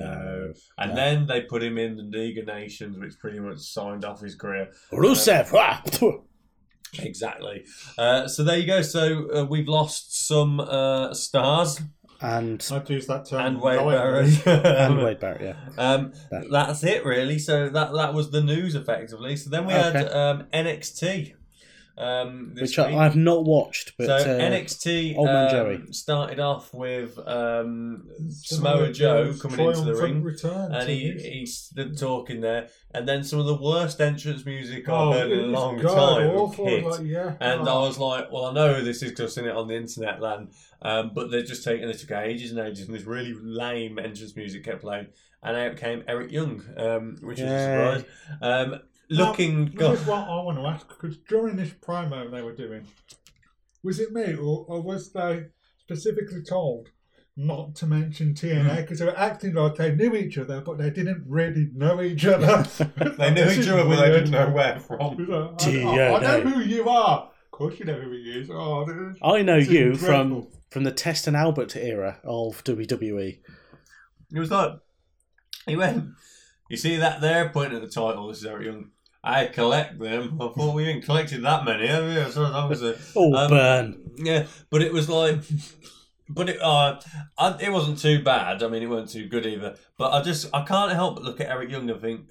Speaker 4: no.
Speaker 2: And
Speaker 4: No.
Speaker 2: then they put him in the League of Nations, which pretty much signed off his career.
Speaker 4: Rusev! ah, phew.
Speaker 2: Exactly. Uh, so there you go. So uh, we've lost some uh, stars
Speaker 4: and,
Speaker 3: uh, I'd use that term.
Speaker 2: and Wade
Speaker 3: lightly.
Speaker 2: Barrett.
Speaker 4: and Wade Barrett, yeah.
Speaker 2: Um,
Speaker 4: That-
Speaker 2: that's it, really. So that that was the news, effectively. So then we had
Speaker 4: Okay.
Speaker 2: um, NXT. Um, this
Speaker 4: Which I,
Speaker 2: week.
Speaker 4: I have not watched, but.
Speaker 2: so
Speaker 4: uh,
Speaker 2: NXT
Speaker 4: Old Man
Speaker 2: um,
Speaker 4: Joey.
Speaker 2: started off with um, Samoa
Speaker 3: Samoa
Speaker 2: Joe
Speaker 3: Joe's
Speaker 2: coming into the
Speaker 3: triumphant
Speaker 2: ring,
Speaker 3: return
Speaker 2: and
Speaker 3: to
Speaker 2: he
Speaker 3: his-
Speaker 2: he stood talking there, and then some of the worst entrance music I've
Speaker 3: Oh,
Speaker 2: heard in a
Speaker 3: it's
Speaker 2: long
Speaker 3: god
Speaker 2: time.
Speaker 3: awful,
Speaker 2: hit.
Speaker 3: like, yeah.
Speaker 2: And
Speaker 3: Oh.
Speaker 2: I was like, well, I know this is because I've seen it on the internet, land, um, but they're just taking this took ages and ages, and this really lame entrance music kept playing, and out came Eric Young, um, which was
Speaker 4: Yay.
Speaker 2: a surprise. Um, looking,
Speaker 3: Now,
Speaker 2: God,
Speaker 3: This is what I want to ask because during this promo they were doing, was it me or, or was they specifically told not to mention TNA
Speaker 2: Mm.
Speaker 3: because they were acting like they knew each other but they didn't really know each other?
Speaker 2: they knew
Speaker 3: This
Speaker 2: each
Speaker 3: is
Speaker 2: other, but they
Speaker 3: weird.
Speaker 2: didn't know where
Speaker 3: You
Speaker 2: from.
Speaker 3: know, I, I, I
Speaker 4: TNA.
Speaker 3: know who you are. Of course, you know who he is. Oh, this is-
Speaker 4: I know
Speaker 3: It's
Speaker 4: you
Speaker 3: dreadful.
Speaker 4: from from the Test and Albert era of E. WWE.
Speaker 2: He was like, he went, you see that there, pointing at the title, this is Eric Young. I collect them. I thought we ain't collected that many, have we? So that was a,
Speaker 4: Oh,
Speaker 2: Um,
Speaker 4: burn.
Speaker 2: Yeah, but it was like, but it uh, I, it wasn't too bad. I mean, it wasn't too good either. But I just I can't help but look at Eric Young and think,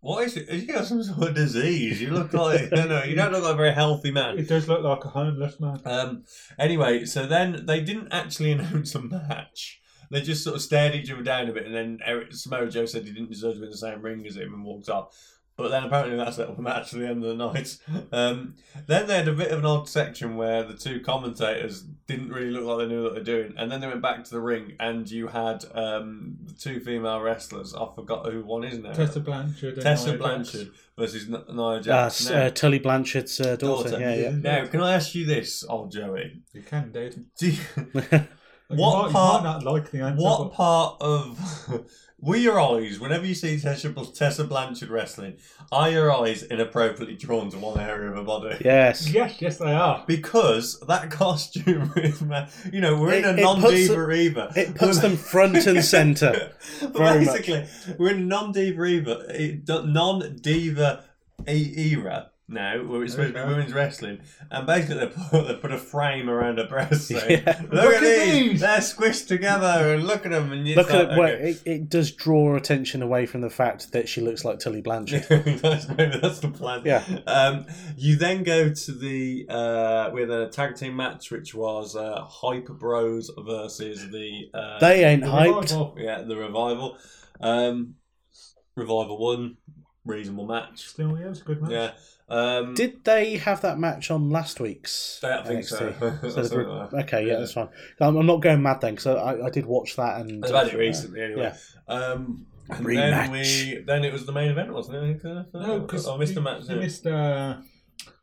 Speaker 2: what is it? Has you got some sort of disease? You look like you know, you don't look like a very healthy man.
Speaker 3: It does look like a homeless man.
Speaker 2: Um. Anyway, so then they didn't actually announce a match. They just sort of stared each other down a bit, and then Eric Samoa Joe said he didn't deserve to be in the same ring as him and walked off. But then apparently that's the match at the end of the night. Um, then they had a bit of an odd section where the two commentators didn't really look like they knew what they were doing, and then they went back to the ring, and you had um, the two female wrestlers. I forgot who one is now.
Speaker 3: Tessa Blanchard. and
Speaker 2: Tessa
Speaker 3: Nia Jax.
Speaker 2: Blanchard versus N- Nia
Speaker 4: Uh,
Speaker 2: Jax.
Speaker 4: s-
Speaker 2: Now-
Speaker 4: uh, Tully Blanchard's uh, daughter.
Speaker 2: Daughter.
Speaker 4: Yeah, yeah.
Speaker 2: now, can I ask you this, old Joey?
Speaker 3: You can, dude.
Speaker 2: Do you,
Speaker 3: Like,
Speaker 2: What
Speaker 3: you might,
Speaker 2: part-
Speaker 3: You might not like the answer.
Speaker 2: What part of were your eyes whenever you see Tessa, Tessa Blanchard wrestling? Are your eyes inappropriately drawn to one area of her body?
Speaker 3: but-
Speaker 4: yes.
Speaker 3: Yes, yes, they are.
Speaker 2: Because that costume is, ma- you know, we're in a
Speaker 4: It- it puts-
Speaker 2: non-diva Eva.
Speaker 4: It puts them front and centre.
Speaker 2: but
Speaker 4: very much.
Speaker 2: basically, we're in a non-diva Eva, e- non-diva e- era now, where it's supposed to be
Speaker 3: Okay.
Speaker 2: women's wrestling, and basically they put, they put a frame around her breasts. saying,
Speaker 4: Yeah.
Speaker 2: Look,
Speaker 3: Look
Speaker 2: at
Speaker 3: at
Speaker 2: these.
Speaker 3: these."
Speaker 2: They're squished together, and look at them. And it's
Speaker 4: Look
Speaker 2: like,
Speaker 4: at well,
Speaker 2: okay.
Speaker 4: it, it does draw attention away from the fact that she looks like Tully Blanchard.
Speaker 2: that's, maybe that's the plan.
Speaker 4: Yeah.
Speaker 2: Um, you then go to the uh, with a tag team match, which was uh, Hyper Bros versus the uh,
Speaker 4: they ain't
Speaker 3: The
Speaker 4: hyped.
Speaker 3: revival.
Speaker 2: yeah the Revival. Um, Revival won, reasonable match.
Speaker 3: Still, yeah, it's a good match.
Speaker 2: Yeah. Um,
Speaker 4: Did they have that match on last week's?
Speaker 2: I think so.
Speaker 4: NXT?
Speaker 2: That's
Speaker 4: So the-
Speaker 2: what I-
Speaker 4: okay, yeah,
Speaker 2: yeah.
Speaker 4: that's fine. I'm, I'm not going mad then because I, I did watch that and
Speaker 2: I was about it
Speaker 4: uh,
Speaker 2: recently, anyway. Um, and then
Speaker 4: Rematch.
Speaker 2: we then it was the main event, wasn't it? uh,
Speaker 3: No, because
Speaker 2: I missed the match.
Speaker 3: You
Speaker 2: didn't I?
Speaker 3: missed uh,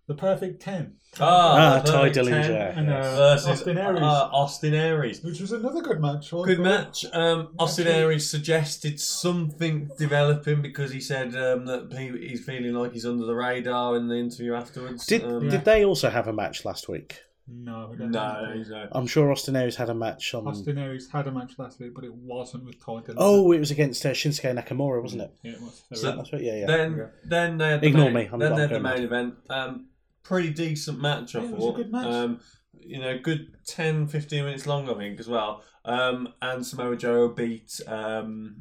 Speaker 3: the perfect ten,
Speaker 2: Ah,
Speaker 4: Ah, Ty
Speaker 2: Perfect Ten
Speaker 4: Dillinger.
Speaker 3: Uh, And, uh,
Speaker 2: versus
Speaker 3: Austin Aries.
Speaker 2: uh, Austin Aries.
Speaker 3: which was another good match. I
Speaker 2: Good
Speaker 3: thought.
Speaker 2: match. Um, Austin
Speaker 3: Actually-
Speaker 2: Aries suggested something developing because he said um, that he, he's feeling like he's under the radar in the interview afterwards.
Speaker 4: Did
Speaker 2: um,
Speaker 4: did they also have a match last week?
Speaker 3: No, I don't
Speaker 2: no, uh,
Speaker 3: think
Speaker 2: no.
Speaker 4: I'm sure Austin Aries had a match on.
Speaker 3: so. Austin Aries had a match last week, but it wasn't with Ty Dillinger.
Speaker 4: Oh, it was against uh, Shinsuke Nakamura, wasn't it?
Speaker 3: yeah, it was.
Speaker 2: Mm. So-
Speaker 4: That's right. Yeah, yeah.
Speaker 2: Then,
Speaker 3: Yeah.
Speaker 2: then they had the
Speaker 4: Ignore
Speaker 2: main,
Speaker 4: me, I'm
Speaker 2: then
Speaker 4: not
Speaker 2: they had the
Speaker 4: going
Speaker 2: main event. Um, pretty decent match, I
Speaker 3: Yeah, it was a
Speaker 2: thought.
Speaker 3: good match.
Speaker 2: Um, you know, good 10, 15 minutes long, I think, as well. Um, and Samoa Joe beat um,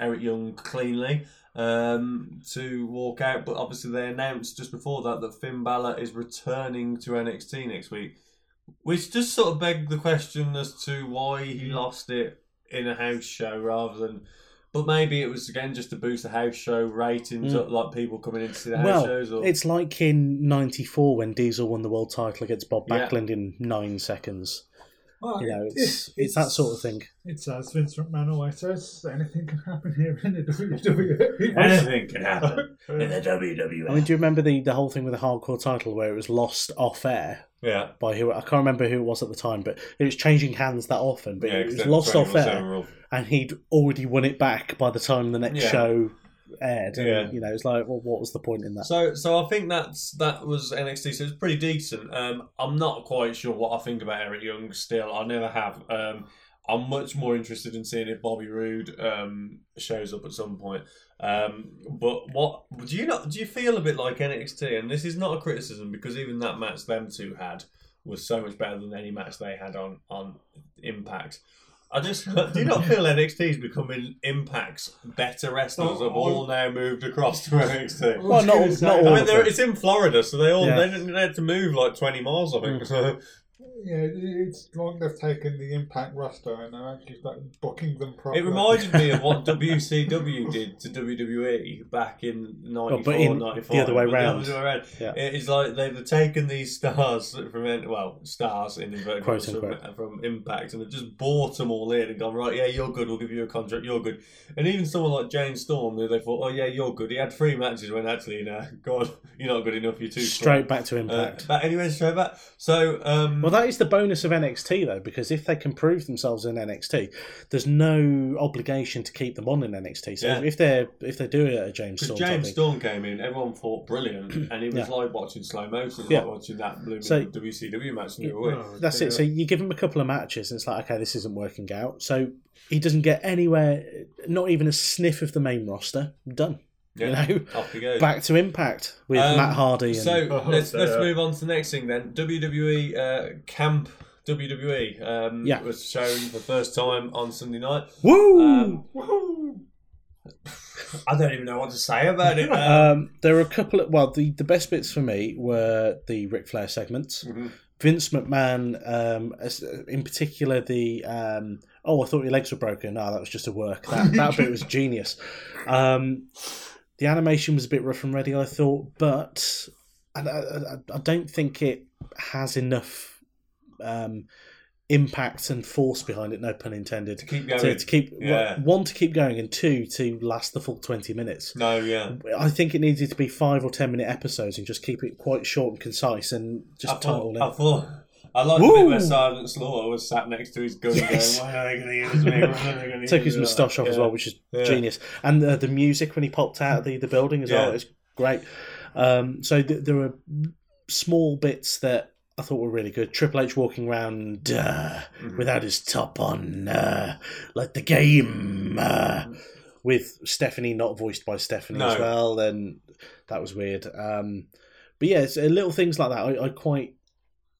Speaker 2: Eric Young cleanly um, to walk out. But obviously, they announced just before that that Finn Balor is returning to
Speaker 3: Mm.
Speaker 2: NXT next week, which just sort of begged the question as to why he lost it in a house show rather than. But maybe it was again just to boost the house show ratings,
Speaker 4: Mm.
Speaker 2: up, like people coming in to see the house
Speaker 4: Well,
Speaker 2: shows. Or
Speaker 4: It's like in '94 when Diesel won the world title against Bob
Speaker 2: Yeah.
Speaker 4: Backlund in nine seconds.
Speaker 3: Well,
Speaker 4: You know,
Speaker 3: it-
Speaker 4: it's it's, that sort of thing.
Speaker 3: It's as Vince McMahon always says, anything can happen here in the E. WWE.
Speaker 2: anything can happen.
Speaker 5: in the E. WWE.
Speaker 4: I mean, do you remember the the whole thing with the hardcore title where it was lost off air
Speaker 2: yeah,
Speaker 4: by who? I can't remember who it was at the time, but it was changing hands that often. But
Speaker 2: yeah,
Speaker 4: it
Speaker 2: 'cause
Speaker 4: was
Speaker 2: then
Speaker 4: lost off
Speaker 2: 24/7
Speaker 4: air,
Speaker 2: rule.
Speaker 4: and he'd already won it back by the time the next
Speaker 2: Yeah.
Speaker 4: show aired. And,
Speaker 2: Yeah.
Speaker 4: You know, it's like, well, what was the point in that?
Speaker 2: So, so I think that's that was NXT. So it's pretty decent. Um, I'm not quite sure what I think about Eric Young still. I never have. Um, I'm much more interested in seeing if Bobby Roode um, shows up at some point. Um, but what do you not? Do you feel a bit like NXT? And this is not a criticism because even that match them two had was so much better than any match they had on on Impact. I just do you not feel NXT is becoming Impact's better wrestlers
Speaker 4: Oh,
Speaker 2: have all now moved across to NXT.
Speaker 4: well, not all- not all.
Speaker 2: I mean,
Speaker 4: of
Speaker 2: they're,
Speaker 4: them.
Speaker 2: it's in Florida, so they all
Speaker 4: Yeah. Mm.
Speaker 2: they, didn't- they had to move like twenty miles, I think. So
Speaker 3: Yeah, it- it's like they've taken the Impact roster and they're actually like booking them properly.
Speaker 2: it reminded me of what WCW did to WWE back in 94,
Speaker 4: Oh, but in
Speaker 2: 95.
Speaker 4: the other way
Speaker 2: but
Speaker 4: round.
Speaker 2: other way round.
Speaker 4: Yeah.
Speaker 2: It's like they've taken these stars from well stars in inverted
Speaker 4: Quote
Speaker 2: commas from,
Speaker 4: unquote.
Speaker 2: from Impact, and they've just bought them all in and gone right. Yeah, you're good. We'll give you a contract. You're good. And even someone like Jane Storm, who they thought, oh yeah, you're good. He had three matches when actually, no, God, you're not good enough. You're too strong.
Speaker 4: Straight back to
Speaker 2: Uh,
Speaker 4: Impact.
Speaker 2: but anyway, straight back. So um,
Speaker 4: Well, that is the bonus of NXT though, because if they can prove themselves in NXT, there's no obligation to keep them on in NXT. So
Speaker 2: Yeah.
Speaker 4: if they're if they do it at a James
Speaker 2: Because
Speaker 4: Storm,
Speaker 2: James Storm came in, everyone thought brilliant, and it was
Speaker 4: Yeah.
Speaker 2: like watching slow motion, like
Speaker 4: Yeah.
Speaker 2: watching that blooming
Speaker 4: So-
Speaker 2: WCW match the other week.
Speaker 3: Oh,
Speaker 4: that's
Speaker 3: dear.
Speaker 4: it. So you give him a couple of matches, and it's like, okay, this isn't working out. So he doesn't get anywhere, not even a sniff of the main roster. Done.
Speaker 2: Yeah.
Speaker 4: You know,
Speaker 2: Off he goes.
Speaker 4: back to Impact with
Speaker 2: Um,
Speaker 4: Matt Hardy. And,
Speaker 2: So
Speaker 3: Oh,
Speaker 2: let's let's
Speaker 3: yeah.
Speaker 2: move on to the next thing then. WWE uh, Camp WWE um,
Speaker 4: Yeah.
Speaker 2: was shown for the first time on Sunday night.
Speaker 4: woo.
Speaker 2: Um, I don't even know what to say about it. Um,
Speaker 4: Um, there were a couple of well, the, the best bits for me were the Ric Flair segments.
Speaker 2: Mhm.
Speaker 4: Vince McMahon, um, as- in particular, the um, oh, I thought your legs were broken. Ah, that was just a work. That that bit was genius. Um, the animation was a bit rough and ready, I thought, but I, I, I- I don't think it has enough um, impact and force behind it. No pun
Speaker 2: to
Speaker 4: intended.
Speaker 2: keep going.
Speaker 4: To, to keep
Speaker 2: Yeah.
Speaker 4: one to keep going and two to last the full twenty minutes.
Speaker 2: no, yeah.
Speaker 4: I think it needed to be five or ten minute episodes and just keep it quite short and concise and
Speaker 2: I
Speaker 4: just title
Speaker 2: thought,
Speaker 4: it.
Speaker 2: I thought I liked the bit
Speaker 4: Woo!
Speaker 2: where Sergeant Slaughter was sat next to his gun
Speaker 4: Yes.
Speaker 2: going, Why are they gonna use me? Why are they gonna
Speaker 4: Took
Speaker 2: use
Speaker 4: his
Speaker 2: me?"
Speaker 4: moustache off as
Speaker 2: uh, Yeah.
Speaker 4: well, which is
Speaker 2: Yeah.
Speaker 4: genius. And uh, the, the music when he popped out of the, the building as well
Speaker 2: Yeah.
Speaker 4: is great. Um, so th- there were small bits that I thought were really good. Triple H walking around uh,
Speaker 2: Mm-hmm.
Speaker 4: without his top on, uh, like the game. Uh, with Stephanie not voiced by Stephanie
Speaker 2: No.
Speaker 4: as well, then that was weird. Um, but yeah, it's, uh, little things like that. I, I quite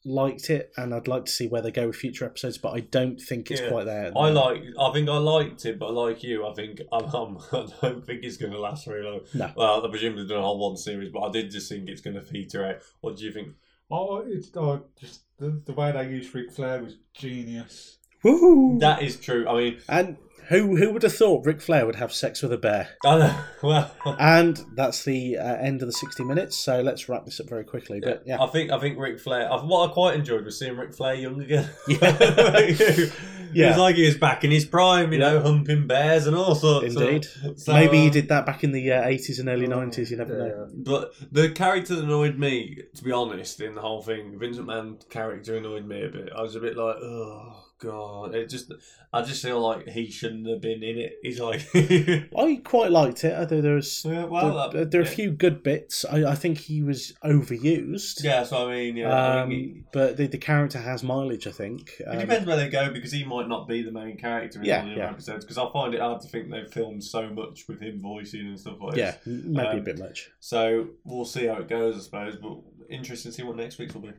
Speaker 4: liked it, and I'd like to see where they go with future episodes. But I don't think it's
Speaker 2: Yeah.
Speaker 4: quite there. at the
Speaker 2: I like.
Speaker 4: moment.
Speaker 2: I think I liked it, but like you, I think I'm, I'm, I don't think it's going to last very long.
Speaker 4: No.
Speaker 2: Well, I presume they've done a whole one series, but I did just think it's going to peter out. What do you think?
Speaker 3: Oh, it's oh, just the, the way they used Ric Flair was genius.
Speaker 4: Woo!
Speaker 2: That is true. I mean,
Speaker 4: and who who would have thought Ric Flair would have sex with a bear?
Speaker 2: I know. Well,
Speaker 4: And that's the uh, end of the sixty minutes. So let's wrap this up very quickly. But yeah,
Speaker 2: I think I think Ric Flair. I, what I quite enjoyed was seeing Ric Flair young again.
Speaker 4: Yeah.
Speaker 2: It
Speaker 4: Yeah.
Speaker 2: was like he was back in his prime, you
Speaker 4: Yeah.
Speaker 2: know, humping bears and all sorts.
Speaker 4: indeed.
Speaker 2: So,
Speaker 4: Maybe he
Speaker 2: um,
Speaker 4: did that back in the uh, eighties and early
Speaker 3: Oh,
Speaker 4: nineties. You never know.
Speaker 2: But the character that annoyed me, to be honest, in the whole thing, Vincent Mann character annoyed me a bit. I was a bit like, oh god, it just, I just feel like he shouldn't have been in it. He's like, yeah,
Speaker 4: I quite liked it. I think there was
Speaker 2: well,
Speaker 4: there,
Speaker 2: that-
Speaker 4: there are a
Speaker 2: yeah.
Speaker 4: few good bits. I, I think he was overused.
Speaker 2: Yeah, that's what I mean. Yeah, I
Speaker 4: um,
Speaker 2: think he-
Speaker 4: but the, the character has mileage, I think.
Speaker 2: it
Speaker 4: Um,
Speaker 2: depends where they go because he might not be the main character in
Speaker 4: Yeah,
Speaker 2: all the other
Speaker 4: yeah.
Speaker 2: episodes. Because I find it hard to think they've filmed so much with him voicing and stuff like
Speaker 4: Yeah,
Speaker 2: this.
Speaker 4: maybe a
Speaker 2: Um,
Speaker 4: bit much.
Speaker 2: So we'll see how it goes, I suppose. But interesting to see what next week's will be.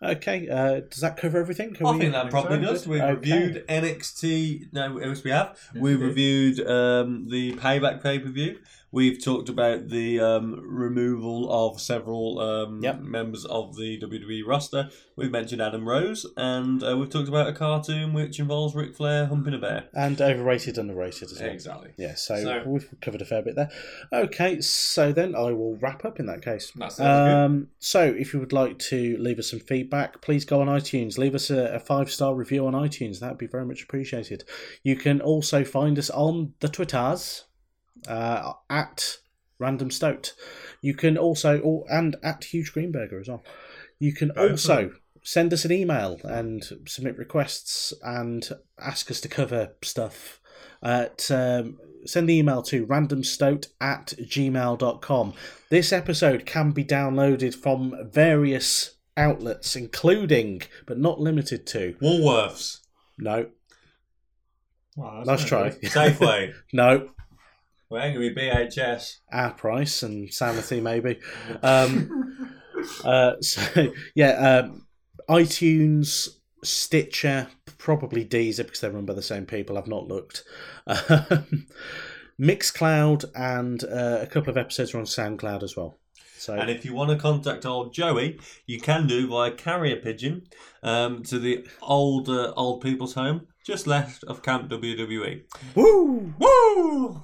Speaker 4: Okay, uh, does that cover everything? Can
Speaker 2: I
Speaker 4: we-
Speaker 2: think that probably does. We've
Speaker 4: Okay.
Speaker 2: reviewed NXT. No, yes, we have.
Speaker 3: Yes,
Speaker 2: we
Speaker 3: we did.
Speaker 2: reviewed um, the Payback pay per view. We've talked about the um, removal of several um,
Speaker 4: Yep.
Speaker 2: members of the WWE roster. We've mentioned Adam Rose, and uh, we've talked about a cartoon which involves Ric Flair humping a bear.
Speaker 4: and overrated, underrated as well.
Speaker 2: Exactly.
Speaker 4: Yeah, so,
Speaker 2: So-
Speaker 4: we've covered a fair bit there. Okay, so then I will wrap up in that case.
Speaker 6: That's
Speaker 4: Um, so if you would like to leave us some feedback, please go on iTunes. Leave us a, a five star review on iTunes. That would be very much appreciated. You can also find us on the Twitters uh, at Random Stoat. You can also, or, and at Huge Greenberger as well. You can
Speaker 2: Both of
Speaker 4: also send us an email and submit requests and ask us to cover stuff. At, um, send the email to randomstoat at gmail.com. This episode can be downloaded from various outlets, including, but not limited to,
Speaker 2: Woolworths,
Speaker 4: no,
Speaker 3: Well,
Speaker 4: nice try,
Speaker 2: Safeway,
Speaker 4: no,
Speaker 6: Well, anyway, BHS.
Speaker 4: our price and sanity maybe. Um, uh, so yeah, um, iTunes, Stitcher, probably Deezer because they're run by the same people. I've not looked. Um, Mixcloud and uh, a couple of episodes are on SoundCloud as well. So
Speaker 2: And if you want to contact old Joey, you can do via carrier pigeon um, to the old uh, old people's home just left of Camp WWE.
Speaker 4: woo.
Speaker 2: E. Woo!